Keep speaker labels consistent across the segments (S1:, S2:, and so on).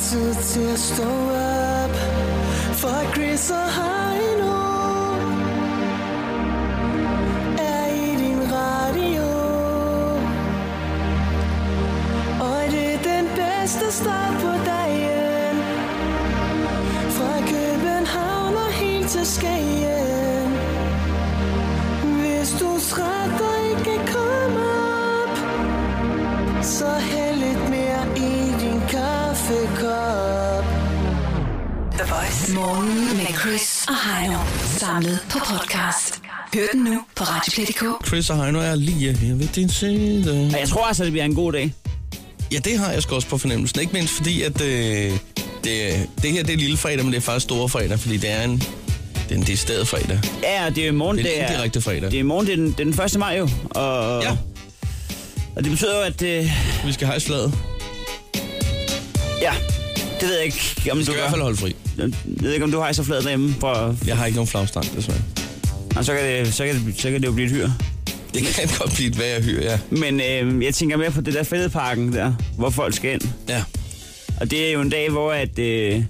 S1: 次次 stå op For Chris og Heino Er i din radio Og det er den bedste start på dagen Fra København og helt til Skagen Hvis du strætter ikke kan komme op Så hæld lidt mere i din kaffekop
S2: The Voice. Morgen med Chris og Heino. Samlet på podcast. Hør den nu på Radioplay.dk.
S3: Chris og Heino er lige her ved din side.
S4: Og jeg tror altså, det bliver en god dag.
S3: Ja, det har jeg sgu også på fornemmelsen. Ikke mindst fordi, at øh, det, det her det er lille fredag, men det er faktisk store fredag, fordi det er en, det er en decideret fredag.
S4: Ja, og det er i morgen,
S3: Det er
S4: det
S3: en
S4: er,
S3: indirekte fredag.
S4: det er i morgen, det er den, det er den 1. maj jo. Og,
S3: Ja,
S4: og det betyder jo, at... Øh,
S3: vi skal have slaget.
S4: ja, det ved jeg ikke, om
S3: Vi
S4: du,
S3: skal i
S4: gør.
S3: hvert fald holde fri.
S4: Jeg ved ikke, om du har så flad derhjemme, for
S3: Jeg har ikke nogen flagstang, desværre.
S4: og så, kan det, så, kan det, så kan det jo blive et hyr.
S3: Det kan godt blive et hvad jeg hører, ja.
S4: Men øh, jeg tænker mere på det der fældeparken der, hvor folk skal ind.
S3: Ja,
S4: Og det er jo en dag, hvor, at, øh,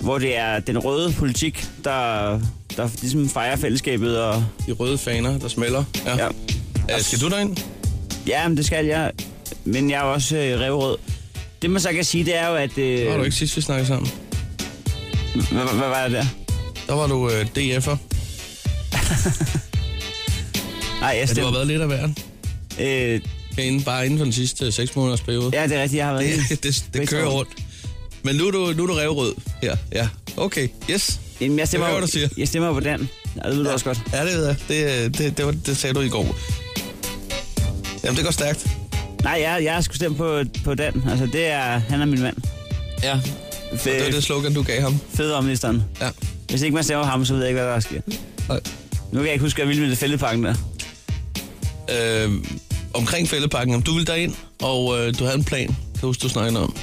S4: hvor det er den røde politik, der, der ligesom fejrer fællesskabet. Og,
S3: de røde faner, der smelter. Ja.
S4: ja.
S3: ja. Øh, skal du derind?
S4: ja, men det skal jeg. Men jeg er jo også øh, revrød. Det man så kan sige, det er jo, at... Øh,
S3: Der var du ikke sidst, vi snakkede sammen.
S4: Hvad, hvad- hvad var det der?
S3: Der var du øh, DF'er.
S4: Nej, jeg
S3: Ja, du har
S4: stemmer.
S3: været lidt af verden.
S4: Øh,
S3: Inden, bare inden for den sidste 6 måneders periode.
S4: ja, det er rigtigt, jeg har været
S3: det, det, det kører rundt. Men nu er du, nu er du revrød. Ja, ja. Okay, yes.
S4: Jamen, jeg stemmer,
S3: Jeg hører,
S4: jo-
S3: hvad du siger.
S4: jeg stemmer på Dan. Ja, det ved du også godt.
S3: Ja, det ved jeg. Det, det, det, var, det sagde du i går. Jamen, det går stærkt.
S4: Nej, jeg, jeg skulle stemme på, på Dan. Altså, det er, han er min mand.
S3: Ja. Det var det slogan, du gav ham.
S4: Fødeomministeren.
S3: Ja.
S4: Hvis ikke man stemmer på ham, så ved jeg ikke, hvad der sker.
S3: Nej.
S4: Nu kan jeg ikke huske, at jeg ville med det fældepakken der.
S3: Øh, omkring fældepakken, om du ville derind, og øh, du havde en plan, kan jeg huske, du snakkede om.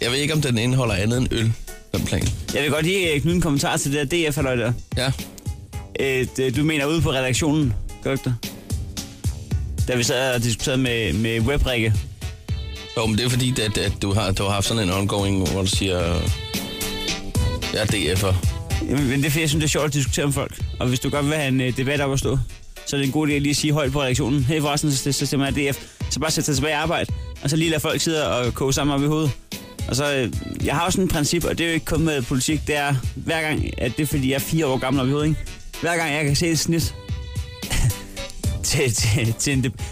S3: Jeg ved ikke, om den indeholder andet end øl, den plan.
S4: Jeg vil godt lige øh, knytte en kommentar til det der df halløj der.
S3: Ja.
S4: Øh, det- du mener ude på redaktionen, gør du ikke det? Da vi sad og diskuterede med, med webrikke.
S3: Jo, men det er fordi, at, at du, har, du har haft sådan en ongoing, hvor du siger, jeg er DF'er.
S4: Jamen, men det er fordi, jeg synes, det er sjovt at diskutere med folk. Og hvis du godt vil have en øh, debat op at stå, så er det en god idé at lige sige højt på redaktionen. Hey, forresten, så, så stemmer jeg DF. Så bare sætte sig tilbage i arbejde, og så lige lade folk sidde og koge sammen op i hovedet. Og så, øh, jeg har også sådan et princip, og det er jo ikke kun med politik, det er hver gang, at det er fordi, jeg er fire år gammel op i hovedet, ikke? Hver gang jeg kan se et snit til, til, til en deb-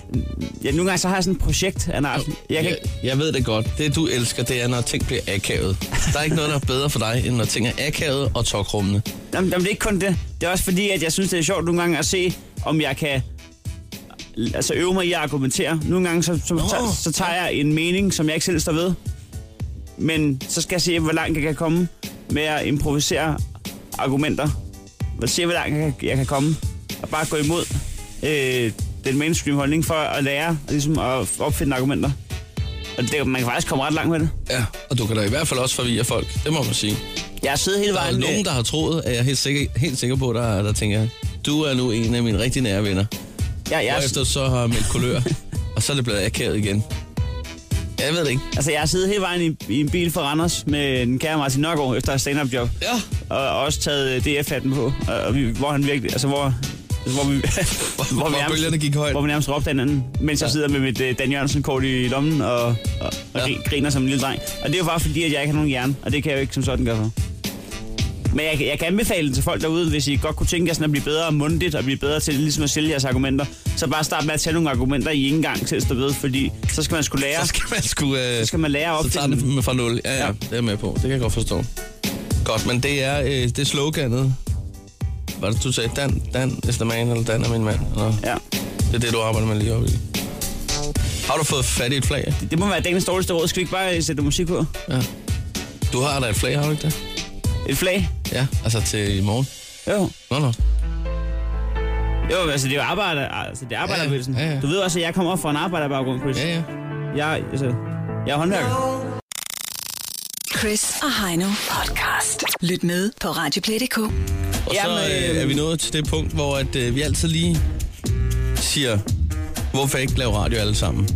S4: ja, nogle gange så har jeg sådan et projekt af en art. Jeg kan
S3: Jeg,
S4: ikke,
S3: jeg ved det godt. Det, du elsker, det er, når ting bliver akavet. Der er ikke noget, der er bedre for dig, end når ting er akavet og tokrummende.
S4: Jamen, jamen, det er ikke kun det. Det er også fordi, at jeg synes, det er sjovt nogle gange at se, om jeg kan altså øve mig i at argumentere. Nogle gange, så, så, så, så tager jeg en mening, som jeg ikke selv står ved. Men så skal jeg se, hvor langt jeg kan komme med at improvisere argumenter. Og se, hvor langt jeg kan, jeg kan komme. Og bare gå imod øh, den mainstream holdning for at lære og ligesom at opfinde argumenter. Og det, man kan faktisk komme ret langt med det.
S3: Ja, og du kan da i hvert fald også forvirre folk. Det må man sige.
S4: Jeg har siddet hele
S3: Der er
S4: vejen...
S3: nogen, der har troet, at jeg er helt sikker, helt sikker på, der, der tænker, du er nu en af mine rigtig nære venner.
S4: jeg, jeg,
S3: Og efter så har jeg meldt kulør, og så er det blevet akavet igen. Jeg ved det ikke.
S4: Altså, jeg har siddet hele vejen i, i en bil fra Randers med den kære Martin Nørgaard efter et stand-up job.
S3: Ja,
S4: Og, og også taget DF-hatten på, og, og vi, hvor han virkelig... Altså, hvor, hvor vi,
S3: hvor, hvor, hvor bølgerne gik højt.
S4: hvor vi nærmest råbte hinanden, mens jeg
S3: Ja.
S4: sidder med mit uh, Dan Jørgensen-kort i lommen og, og, og
S3: Ja.
S4: ja. griner som en lille dreng. Og det er jo bare fordi, at jeg ikke har nogen hjerne, og det kan jeg jo ikke som sådan gøre for. Men jeg, jeg kan anbefale den til folk derude, hvis I godt kunne tænke jer sådan at blive bedre mundtligt og blive bedre til ligesom at sælge jeres argumenter. Så bare start med at tage nogle argumenter, I ikke engang selv står ved, fordi så skal man skulle lære,
S3: Så skal man sgu... Øh,
S4: så skal man lære op
S3: Så
S4: til
S3: tager den med fra 0. Ja, ja, ja, det er jeg med på. Det kan jeg godt forstå. Godt, men det er, øh, det er sloganet. Var det, du sagde, Dan, Dan is the man, eller Dan er min mand? Eller?
S4: Ja.
S3: Det er det, du arbejder med lige oppe i. Har du fået fat i et flag?
S4: Det må være dagens dårligste råd. Skal vi ikke bare øh, sætte noget musik på?
S3: Ja. Du har da et flag, har du ikke det?
S4: Et flag?
S3: Ja, altså til i morgen.
S4: Jo.
S3: Nå, nå.
S4: Jo, altså det er jo arbejder, altså det er arbejderbevægelsen.
S3: Ja, ja, ja.
S4: Du ved også, at jeg kommer op fra en arbejderbaggrund, Chris.
S3: Ja, ja.
S4: Jeg, altså, jeg er håndværker.
S2: Chris og Heino podcast. Lyt med på Radioplay.dk.
S3: Og så
S4: Jamen,
S3: øh,
S4: øh,
S3: er vi nået til det punkt, hvor at, øh, vi altid lige siger, hvorfor ikke lave radio alle sammen?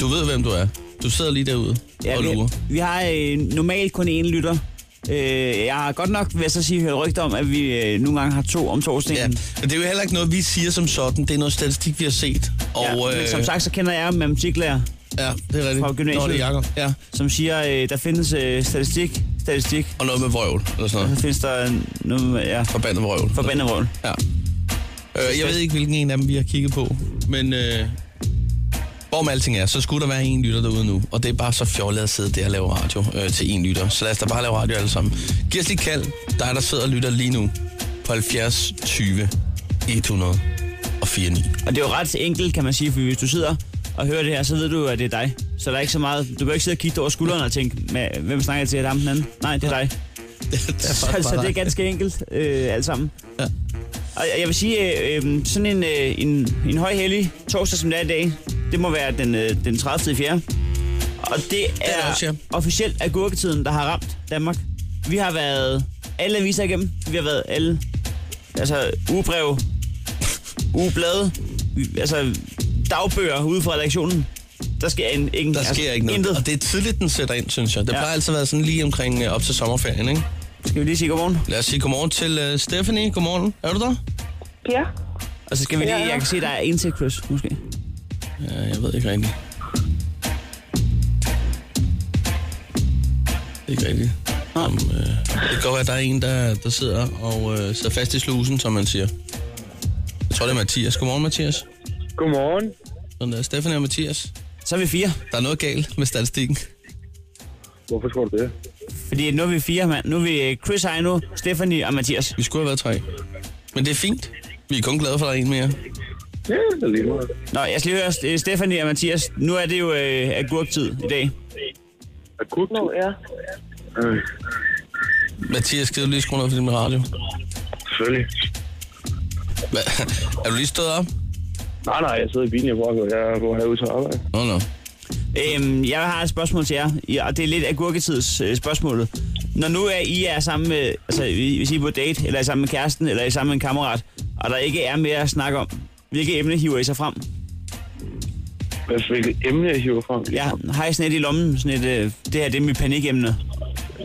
S3: Du ved, hvem du er. Du sidder lige derude ja, og lurer.
S4: vi, vi har øh, normalt kun én lytter. Øh, jeg har godt nok, vil jeg så sige, hørt rygter om, at vi øh, nogle gange har to om
S3: Ja,
S4: torsdagen.
S3: men det er jo heller ikke noget, vi siger som sådan. Det er noget statistik, vi har set. Og,
S4: ja, men som
S3: øh,
S4: sagt, så kender jeg matematiklærer,
S3: Ja, det er rigtigt.
S4: fra gymnasiet.
S3: Nå, det er Jacob. Ja.
S4: som siger, øh, der findes øh, statistik, statistik,
S3: Og noget med vrøvl, eller sådan
S4: så
S3: noget.
S4: findes der øh, noget med, ja,
S3: Forbandet vrøvl.
S4: forbandet vold.
S3: Ja. Øh, jeg ved ikke, hvilken en af dem, vi har kigget på, men øh, hvorom alting er, så skulle der være en lytter derude nu, og det er bare så fjollet at sidde der og lave radio øh, til en lytter. Så lad os da bare lave radio alle sammen. Giv os lige et kald, dig der sidder og lytter lige nu, på 70 20 100 og 49.
S4: Og det er jo ret enkelt, kan man sige, for hvis du sidder og hører det her, så ved du, at det er dig. Så der er ikke så meget, du kan ikke sidde og kigge dig over skulderen og tænke, "Ma- hvem snakker jeg til, er det ham den anden? Nej, det er dig. så, så Altså, det er ganske enkelt, øh, alt sammen.
S3: Ja.
S4: Og jeg- jeg vil sige, øh, øh, sådan en, øh, en, en højhellig torsdag, som det er i dag, det må være den, øh, den 30. 4. Og
S3: er
S4: det
S3: det
S4: er,
S3: også, ja.
S4: officielt agurketiden, der har ramt Danmark. Vi har været alle aviser igennem. Vi har været alle, altså ugebrev, ugeblade, vi- altså dagbøger ude fra redaktionen. Mm. Der sker en, ingen,
S3: Der sker
S4: altså,
S3: ikke noget.
S4: Intet.
S3: Og det er tidligt, den sætter ind, synes jeg. Det
S4: Ja.
S3: plejer altid at være sådan lige omkring øh, op til sommerferien, ikke?
S4: Skal vi lige sige godmorgen?
S3: Lad os sige godmorgen til øh, Stephanie. Godmorgen. Er du der?
S5: Ja.
S4: Og så Altså, skal vi lige,
S5: Ja, ja.
S4: jeg kan se, der er indtægtskryds, måske.
S3: Ja, jeg ved ikke rigtigt. Ikke rigtigt. Om, øh, det kan godt være, at der er en, der, der sidder og øh, sidder fast i slusen, som man siger. Jeg tror, det er Mathias. Godmorgen, Mathias.
S6: Godmorgen.
S3: Sådan der. Stefan og Mathias.
S4: Så er vi fire.
S3: Der er noget galt med statistikken.
S6: Hvorfor tror du det?
S4: Fordi nu er vi fire, mand. Nu er vi øh, Chris Heino, Stephanie og Mathias.
S3: Vi skulle have været tre. Men det er fint. Vi er kun glade for, at der er en mere.
S6: Ja, det er lige meget.
S4: Nå, jeg skal lige høre, øh, Stephanie og Mathias, nu er det jo øh, agurktid i dag.
S6: Akut?
S5: Nå, ja.
S6: Øh,
S3: Mathias, skal du lige skrue ned for din radio?
S6: selvfølgelig.
S3: Hva? Er du lige stået op?
S6: Nej, nej, jeg sidder i bilen, jeg bor, jeg bor herude til arbejde.
S3: Nå, no, nå. No.
S4: Øhm, jeg har et spørgsmål til jer, ja, og det er lidt agurketids øh, spørgsmålet. Når nu er I er sammen med, altså I- hvis I er på date, eller er sammen med kæresten, eller er I sammen med en kammerat, og der ikke er mere at snakke om, hvilke emne hiver I så frem?
S6: Hvad- Altså, Hvilket emne jeg hiver frem?
S4: Ja, har I sådan et i lommen, sådan et, øh, det her det er mit panikemne.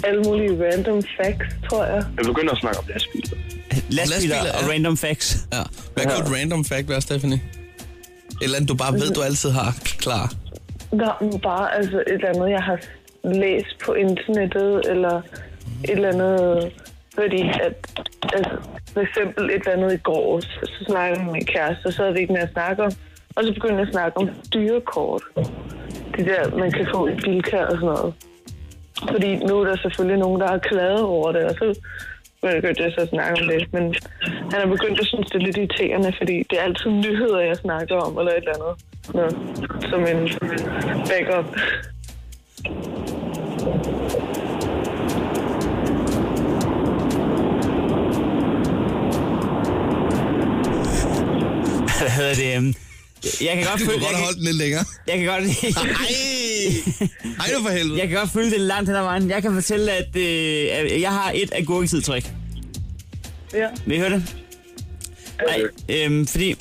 S5: Alle mulige random facts, tror jeg.
S6: Jeg begynder at snakke om lastbiler.
S4: Lastbiler
S3: Lastbiler,
S4: og
S3: ja.
S4: random facts.
S3: Ja. Hvad kunne et random fact være, Stephanie? Et eller andet, du bare ved, du altid har klar.
S5: Nå, men bare altså et eller andet, jeg har læst på internettet, eller et eller andet, fordi at, altså, for eksempel et eller andet i går, så, så snakkede jeg med min kæreste, og så havde vi ikke mere at snakke om, og så begyndte jeg at snakke om dyrekort. Det der, man kan få i Bilka og sådan noget. Fordi nu er der selvfølgelig nogen, der har klaget over det, og så begyndte jeg så at snakke om det. Men han er begyndt at synes, det er lidt irriterende, fordi det er altid nyheder, jeg snakker om, eller et eller andet. Nå, som en backup.
S4: Hvad hedder det? øhm, Jeg kan godt
S3: Du kunne
S4: følge,
S3: godt
S4: jeg,
S3: have holdt
S4: kan,
S3: den lidt længere.
S4: jeg kan godt,
S3: Ej! Ej, nu for helvede.
S4: Jeg kan godt følge det langt hen ad vejen. Jeg kan fortælle, at øh, at jeg har et agurketid-trick.
S5: Ja.
S4: Vil I høre det? Nej, øhm, fordi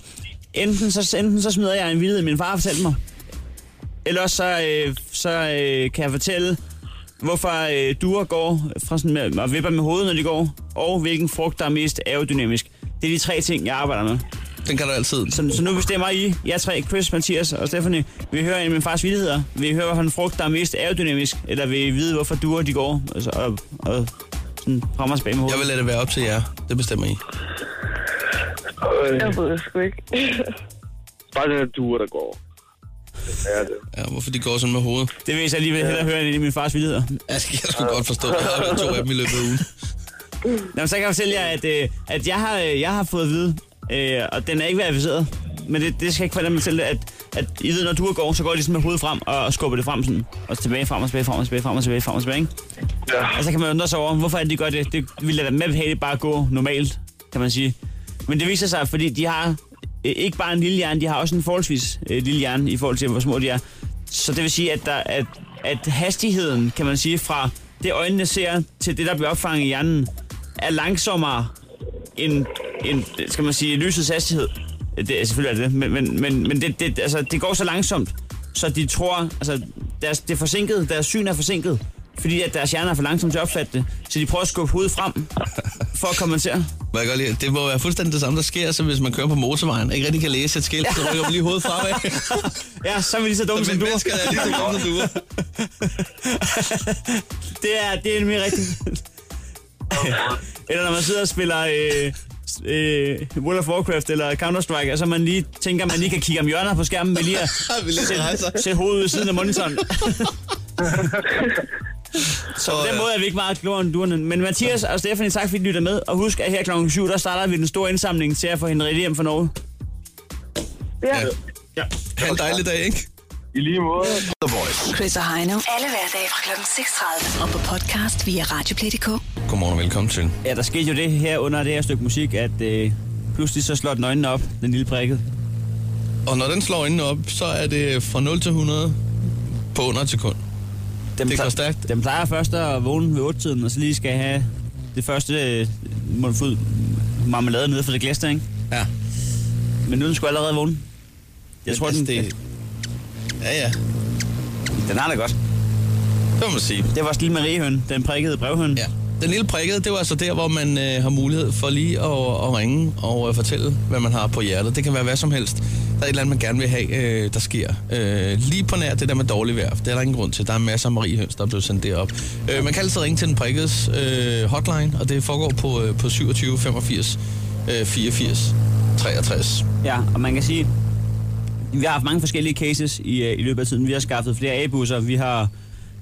S4: enten så, enten så smider jeg en vildhed, min far fortalte mig. Ellers så, øh, så øh, kan jeg fortælle, hvorfor øh, duer går fra sådan med, og vipper med hovedet, når de går, og hvilken frugt, der er mest aerodynamisk. Det er de tre ting, jeg arbejder med.
S3: Den kan du altid.
S4: Så, så nu bestemmer I, jeg tre, Chris, Mathias og Stephanie, vi hører en af min fars vildheder. Vi hører, hvilken frugt, der er mest aerodynamisk, eller vil I vide, hvorfor duer de går altså, og, og sådan rammer tilbage med
S3: Jeg vil
S4: hovedet.
S3: lade det være op til jer. Det bestemmer I.
S6: Øh,
S5: Jeg ved det sgu ikke.
S6: bare den her duer, der går. Ja, det.
S3: Ja, hvorfor de går sådan med hovedet.
S4: Det vil jeg så alligevel hellere høre end en af min fars vildheder.
S3: Jeg skal, jeg skulle godt forstå. Jeg har været to af dem i løbet af ugen.
S4: Nå, så kan jeg fortælle jer, at, øh, at jeg, har, øh, jeg har fået at vide, øh, og den er ikke verificeret, men det, det skal ikke fortælle mig til, at, at I ved, når duer går, så går de sådan med hovedet frem og, og skubber det frem sådan, og tilbage, frem og tilbage, frem og tilbage, frem og tilbage, frem og tilbage, ikke?
S6: Ja,
S4: Og så kan man undre sig over, hvorfor er det, de gør det. Det ville da være med at det bare gå normalt, kan man sige. Men det viser sig, fordi de har øh, ikke bare en lille hjerne, de har også en forholdsvis øh, lille hjerne i forhold til, hvor små de er. Så det vil sige, at, der, at, at hastigheden, kan man sige, fra det øjnene ser til det, der bliver opfanget i hjernen, er langsommere end, end skal man sige, lysets hastighed. Det er selvfølgelig er det, men, men, men, men det, det, altså, det går så langsomt, så de tror, altså, deres, det er forsinket, deres syn er forsinket, fordi at deres hjerner er for langsomt til at opfatte det, så de prøver at skubbe hovedet frem for at kommentere.
S3: Må jeg godt lide, det må være fuldstændig det samme, der sker, som hvis man kører på motorvejen, ikke rigtig kan læse et skilt, så rykker man lige hovedet fremad.
S4: Ja, så er vi lige så dumme
S3: Men
S4: som du.
S3: mennesker er lige så godt, som du er.
S4: Det er, det er nemlig rigtigt. eller når man sidder og spiller øh, s- øh, World of Warcraft eller Counter-Strike, og så man lige tænker, man lige kan kigge om hjørner på skærmen, men lige at
S3: Vi lidt rejser.
S4: sætte, sætte hovedet ved siden af monitoren. Så på den måde er vi ikke meget klogere end duerne. Men Mathias og Stefanie, tak fordi I lytter med. Og husk, at her klokken 7, der starter vi den store indsamling til at få Henriette hjem fra Norge.
S5: Ja.
S3: Ja. Ha' en dejlig dag, ikke?
S6: I lige måde.
S2: Chris og Heino. Alle hverdage fra klokken 6.30. Og på podcast via Radioplay.dk.
S3: Godmorgen og velkommen til.
S4: Ja, der skete jo det her under det her stykke musik, at øh, pludselig så slår den øjnene op, den lille prikket.
S3: Og når den slår øjnene op, så er det fra 0 til 100 på under et sekund.
S4: Dem
S3: Det går
S4: plej-
S3: stærkt.
S4: Dem plejer først at vågne ved 8-tiden, og så lige skal have det første øh, mundfuld marmelade nede for det glas der, ikke?
S3: Ja.
S4: Men nu er den sgu allerede vågen. Jeg
S3: Men
S4: tror,
S3: altså,
S4: den, det...
S3: Ja, ja.
S4: den har det godt.
S3: Det må man sige.
S4: Det var også lille Mariehøn, den prikkede brevhøn.
S3: Ja. Den lille prikkede, det var altså der, hvor man øh, har mulighed for lige at, at ringe og øh, fortælle, hvad man har på hjertet. Det kan være hvad som helst. Der er et eller andet, man gerne vil have, øh, der sker. Øh, lige på nær det der med dårlig vejr, for det er der ingen grund til. Der er masser af mariehøns, der er blevet sendt derop. Øh, man kan altid ringe til den prikkedes øh, hotline, og det foregår på, øh, på 27 85 øh, 84 63.
S4: Ja, og man kan sige, vi har haft mange forskellige cases i, øh, i løbet af tiden. Vi har skaffet flere A-busser, vi har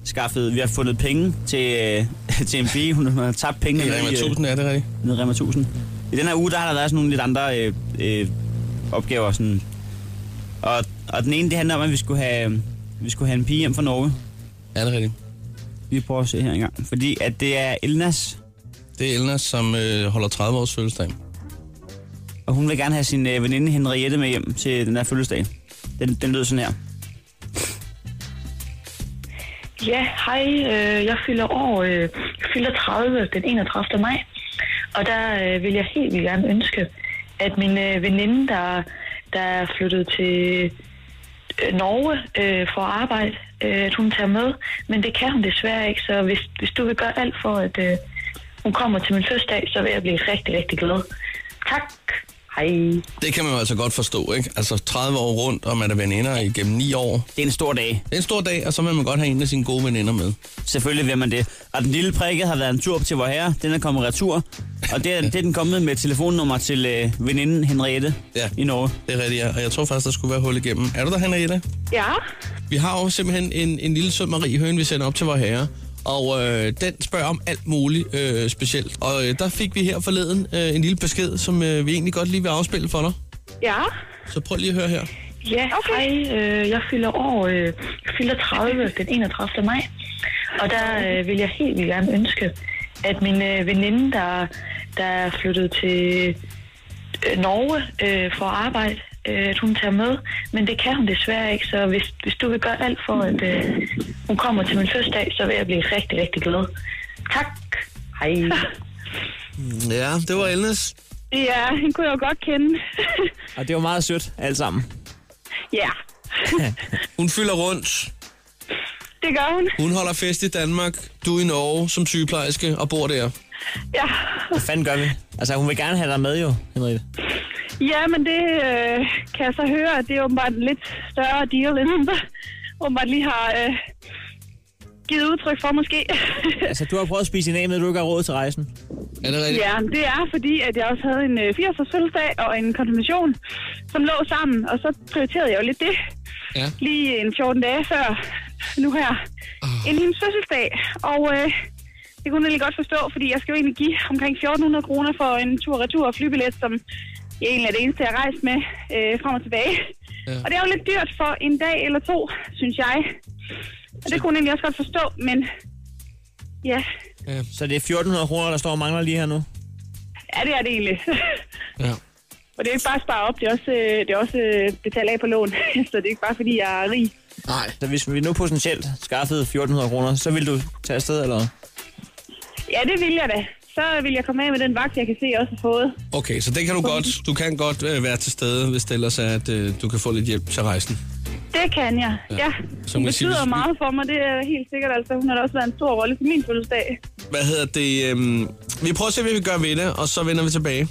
S4: skaffet, vi har fundet penge til, øh, til en pige, hun har tabt penge.
S3: Det
S4: nede
S3: er
S4: i, øh,
S3: 1000, er det rigtigt?
S4: nede i Rema 1000. I den her uge, der har der været sådan nogle lidt andre øh, øh, opgaver. Sådan. Og, og den ene, det handler om, at vi skulle have, vi skulle have en pige hjem fra Norge.
S3: Er det rigtigt?
S4: Vi prøver at se her engang. Fordi at det er Elnas,
S3: Det er Elna, som øh, holder 30 års fødselsdag.
S4: og hun vil gerne have sin øh, veninde Henriette med hjem til den her fødselsdag. Den, den lød sådan her.
S5: Ja, hej. øh, Jeg fylder år, øh, jeg fylder 30 den 31. maj. Og der øh, vil jeg helt vildt gerne ønske, at min øh, veninde, der, der er flyttet til øh, Norge øh, for at arbejde, øh, at hun tager med. Men det kan hun desværre ikke, så hvis, hvis du vil gøre alt for, at øh, hun kommer til min fødselsdag, så vil jeg blive rigtig, rigtig glad. Tak. Hej.
S3: Det kan man jo altså godt forstå, ikke? Altså 30 år rundt, og man er veninder igennem 9 år.
S4: Det er en stor dag.
S3: Det er en stor dag, og så vil man godt have en af sine gode veninder med.
S4: Selvfølgelig vil man det. Og den lille prikke har været en tur op til vor herre. Den er kommet retur. Og det er, det er den kommet med telefonnummer til øh, veninden Henriette
S3: Ja.
S4: i Norge.
S3: Det er rigtigt, ja. Og jeg tror faktisk, der skulle være hul igennem. Er du der, Henriette?
S5: Ja,
S3: Vi har jo simpelthen en, en lille sød Marie Høen, vi sender op til vores herre. Og øh, den spørger om alt muligt øh, specielt. Og øh, der fik vi her forleden øh, en lille besked, som øh, vi egentlig godt lige vil afspille for dig.
S5: ja.
S3: Så prøv lige at høre her.
S5: Ja, okay. hej. Øh, jeg fylder år, øh, jeg fylder 30 den 31. maj. Og der øh, vil jeg helt vildt gerne ønske, at min øh, veninde, der, der er flyttet til øh, Norge øh, for at arbejde, øh, at hun tager med. Men det kan hun desværre ikke, så hvis, hvis du vil gøre alt for, at øh, hun kommer til min fødselsdag, så vil jeg blive rigtig, rigtig glad. Tak. Hej.
S3: Mm, Ja, det var Elnes.
S7: Ja, hende kunne jeg jo godt kende.
S4: Og det var meget sødt, alt sammen.
S7: ja,
S3: Hun fylder rundt.
S7: det gør hun.
S3: Hun holder fest i Danmark. Du er i Norge som sygeplejerske og bor der.
S7: Ja,
S4: Hvad fanden gør vi? Altså, hun vil gerne have dig med jo, Henriette.
S7: ja men det øh, kan jeg så høre, at det er åbenbart en lidt større deal, end hun så åbenbart lige har øh, givet udtryk for måske.
S4: Altså, du har prøvet at spise din af med, at du ikke har råd til rejsen.
S3: Er det rigtigt?
S7: ja, men det er fordi, at jeg også havde en øh, 80-års fødselsdag og en konfirmation, som lå sammen, og så prioriterede jeg jo lidt det.
S3: Ja.
S7: lige en 14 dage før nu her,
S3: Ah.
S7: oh. inden hendes fødselsdag. Og øh, det kunne jeg egentlig godt forstå, fordi jeg skal jo egentlig give omkring 1.400 kroner for en tur-retur og flybillet, som jeg egentlig er det eneste, jeg har rejst med øh, frem og tilbage.
S3: Ja.
S7: Ja. Og det er jo lidt dyrt for en dag eller to, synes jeg. Og det kunne jeg egentlig også godt forstå, men ja,
S4: Så det er 1400 kroner, der står og mangler lige her nu.
S7: ja det er det egentlig.
S3: Ja.
S7: og det er ikke bare at spare op, det er også, øh, det er også øh, betalt af på lån. Så det er ikke bare, fordi jeg er rig.
S3: Nej.
S4: Så hvis vi nu potentielt skaffede 1400 kroner, så vil du tage afsted, eller hvad?
S7: Ja, det vil jeg da. Så vil jeg komme af med den vagt, jeg kan se, jeg også har fået.
S3: Okay, så det kan du godt. Du kan godt øh, være til stede, hvis det ellers er, at øh, du kan få lidt hjælp til rejsen.
S7: Det Det kan jeg, ja.
S3: Så
S7: Hun
S3: må jeg sige,
S7: betyder
S3: hvis vi-
S7: meget for mig, det er helt sikkert. Altså, hun har da også været en stor rolle for min fødselsdag.
S3: Hvad hedder det? Øhm, vi prøver at se, hvad vi gør ved det, og så vender vi tilbage.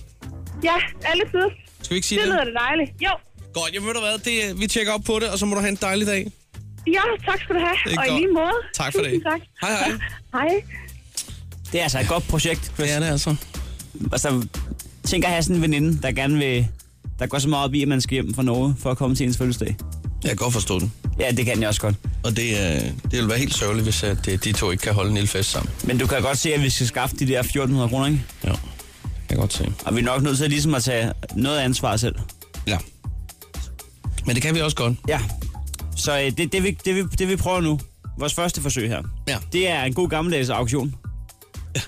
S7: Ja, alle tider.
S3: Skal vi ikke sige
S7: Det
S3: det?
S7: lyder det dejligt. Jo,
S3: Godt, jeg ved du hvad, det, øh, vi tjekker op på det, og så må du have en dejlig dag.
S7: ja, tak skal du have.
S3: Det er
S7: Og i
S3: godt.
S7: lige måde.
S3: Tak for det.
S7: Tusind Tak.
S3: Hej, hej.
S7: hej.
S4: Det er altså et godt projekt, Chris.
S3: Det er det altså.
S4: Altså, tænk at have sådan en veninde, der gerne vil... Der går så meget op i, at man skal hjem fra Norge for at komme til ens fødselsdag.
S3: Jeg kan godt forstå den.
S4: Ja, det kan jeg også godt.
S3: Og det, øh, det vil være helt sørgeligt, hvis at, øh, de to ikke kan holde en lille fest sammen.
S4: Men du kan godt se, at vi skal skaffe de der 1400 kroner, ikke?
S3: Ja, det kan jeg godt se.
S4: Og vi er nok nødt til ligesom at tage noget ansvar selv.
S3: Ja. Men det kan vi også godt.
S4: Ja. Så øh, det, det, vi, det, vi, det vi prøver nu, vores første forsøg her,
S3: Ja.
S4: det er en god gammeldags auktion.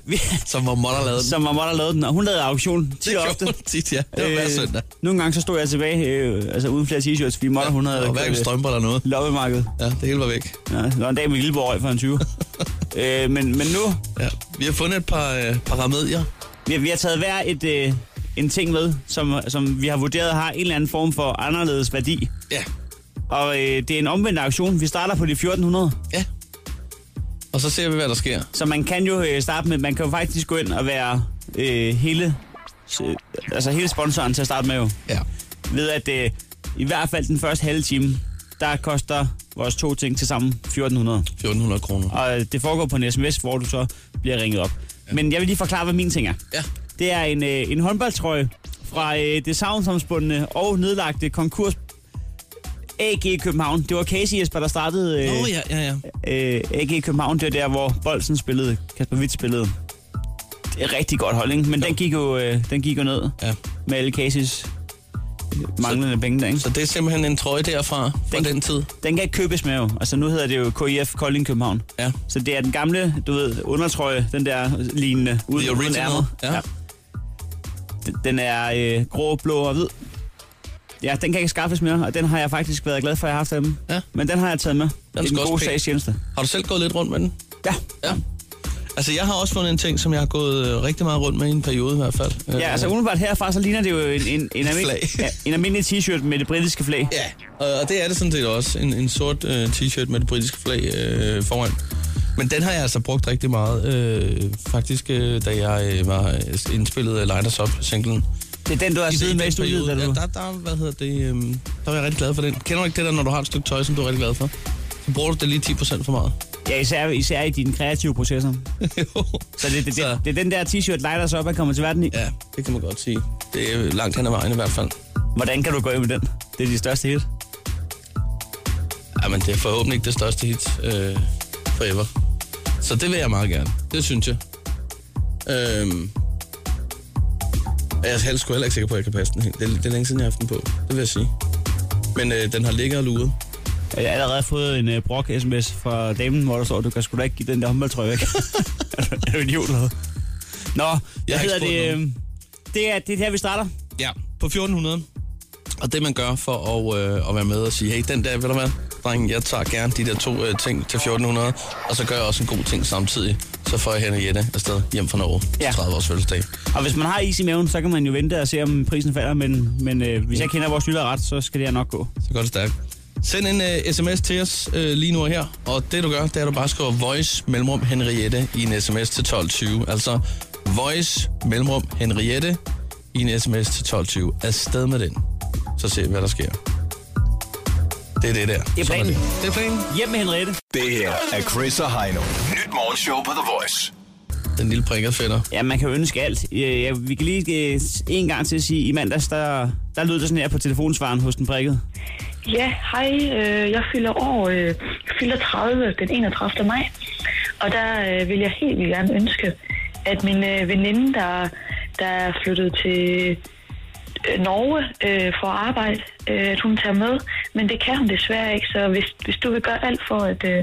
S4: Vi,
S3: Som hvor måtter lavede den.
S4: som mamma der lavede den, og hun lavede auktion tit
S3: det
S4: og ofte. Øh,
S3: gjorde hun tit, ja. Det var hver søndag.
S4: nogle gange så stod jeg tilbage, øh, altså uden flere t-shirts, fordi måtte hun havde
S3: og hverken strømper eller noget.
S4: loppemarkedet.
S3: Ja, det hele var væk.
S4: Ja, det var en dag med Lilleborg røg for en 20. øh, men, men nu,
S3: Ja. Vi har fundet et par, øh, par remedier.
S4: vi har, vi har taget hver et, øh, en ting med, som, som vi har vurderet har en eller anden form for anderledes værdi.
S3: Ja.
S4: Og øh, det er en omvendt auktion. Vi starter på de 1400.
S3: Ja. Og så ser vi, hvad der sker.
S4: Så man kan jo øh, starte med, man kan jo faktisk gå ind og være øh, hele, øh, altså hele sponsoren til at starte med jo.
S3: Ja.
S4: Ved at øh, i hvert fald den første halve time, der koster vores to ting til sammen 1400.
S3: 1400 kroner.
S4: Og øh, det foregår på en sms, hvor du så bliver ringet op. Men jeg vil lige forklare, hvad min ting er.
S3: Ja.
S4: Det er en, øh, en håndboldtrøje fra øh, det savnsomspundne og nedlagte konkurs AG København. Det var Casey Jesper, der startede øh,
S3: Nå, ja, ja, ja.
S4: øh, AG København, det er der, hvor Bolsen spillede, Kasper Witt spillede. Det er et rigtig godt hold, ikke? Men den gik, jo, øh, den gik jo ned
S3: ja.
S4: med alle cases øh, manglende penge der, ikke?
S3: Så det er simpelthen en trøje derfra, fra
S4: Den-
S3: den tid.
S4: Den kan ikke købes med jo. Altså nu hedder det jo KIF Kolding København.
S3: Ja.
S4: Så det er den gamle, du ved, undertrøje, den der lignende, uden,
S3: The
S4: uden
S3: original.
S4: ærmer.
S3: Ja.
S4: Den- Den er øh, grå, blå og hvid. Ja, den kan ikke skaffes mere, og den har jeg faktisk været glad for, at jeg har haft af dem.
S3: Ja.
S4: Men den har jeg taget med. Den
S3: skal
S4: en
S3: også
S4: god
S3: pænt.
S4: sags tjeneste.
S3: Har du selv gået lidt rundt med den?
S4: Ja.
S3: Ja. Altså, jeg har også fundet en ting, som jeg har gået øh, rigtig meget rundt med i en periode i hvert fald. Øh,
S4: Ja, altså umiddelbart herfra, så ligner det jo en, en, en,
S3: Flag.
S4: almindelig, ja, en almindelig t-shirt med det britiske flag.
S3: Ja, og og det er det sådan set også. En, en sort øh, t-shirt med det britiske flag øh, foran. Men den har jeg altså brugt rigtig meget. Øh, faktisk, øh, da jeg øh, var øh, indspillet af Lighters Up-singlen.
S4: Det er den, du har siddet med i studiet, da
S3: ja,
S4: du...
S3: der, der, hvad hedder det, øh, der var jeg rigtig glad for den. Kender du ikke det der, når du har et stykke tøj, som du er rigtig glad for? Så bruger du det lige 10% for meget.
S4: Ja, især, især i dine kreative processer.
S3: jo.
S4: Så det, det, det, det er den der t-shirt, lighter så op, at kommer til verden i.
S3: Ja, det kan man godt sige. Det er langt hen ad vejen i hvert fald.
S4: Hvordan kan du gå ind med den? Det er de største hit.
S3: Ja, men det er forhåbentlig ikke det største hit øh, forever. Så det vil jeg meget gerne. Det synes jeg. Øhm, og jeg er helst sgu heller ikke sikker på, at jeg kan passe den helt. Det, er- det er længe siden, jeg har haft den på. Det vil jeg sige. Men øh, den har ligget og luret.
S4: Jeg har allerede fået en uh, brok-sms fra damen, hvor der står, du kan sgu da ikke give den der håndboldtrøje væk. Er du- er du idiot eller hvad? Nå, jeg
S3: ikke
S4: hedder
S3: spurgt
S4: det...
S3: nogen.
S4: øhm, Det er, det er her, vi starter.
S3: Ja, på 1400. Og det, man gør for at, øh, at være med og sige, hey, den der, ved du hvad, dreng, jeg tager gerne de der to øh, ting til 1400, og så gør jeg også en god ting samtidig. Så får jeg Henriette afsted hjem fra Norge til
S4: Ja.
S3: 30 års fødselsdag.
S4: Og hvis man har is i maven, så kan man jo vente og se, om prisen falder. Men, men øh, hvis jeg kender vores lytter ret, så skal det her nok gå.
S3: Så går det stærkt. Send en uh, sms til os uh, lige nu og her, og det du gør, det er, at du bare skriver voice mellemrum Henriette i en sms til 1220. Altså voice mellemrum Henriette i en sms til 1220. Afsted med den, så ser vi, hvad der sker. Det er det der. Det
S4: er planen.
S3: Det er planen.
S4: Hjem med Henriette.
S8: Det her er Chris og Heino. Nyt morgenshow på The Voice.
S3: Den lille prikket fætter.
S4: Ja, man kan jo ønske alt. Øh, Ja, vi kan lige øh, en gang til at sige, i mandags, der, der lød det sådan her på telefonsvaren hos den prikket.
S5: Ja, hej. øh, Jeg fylder år, øh, fylder 30 den 31. maj. Og der øh, vil jeg helt vildt gerne ønske, at min øh, veninde, der, der er flyttet til øh, Norge øh, for at arbejde, øh, at hun tager med. Men det kan hun desværre ikke, så hvis, hvis du vil gøre alt for, at øh,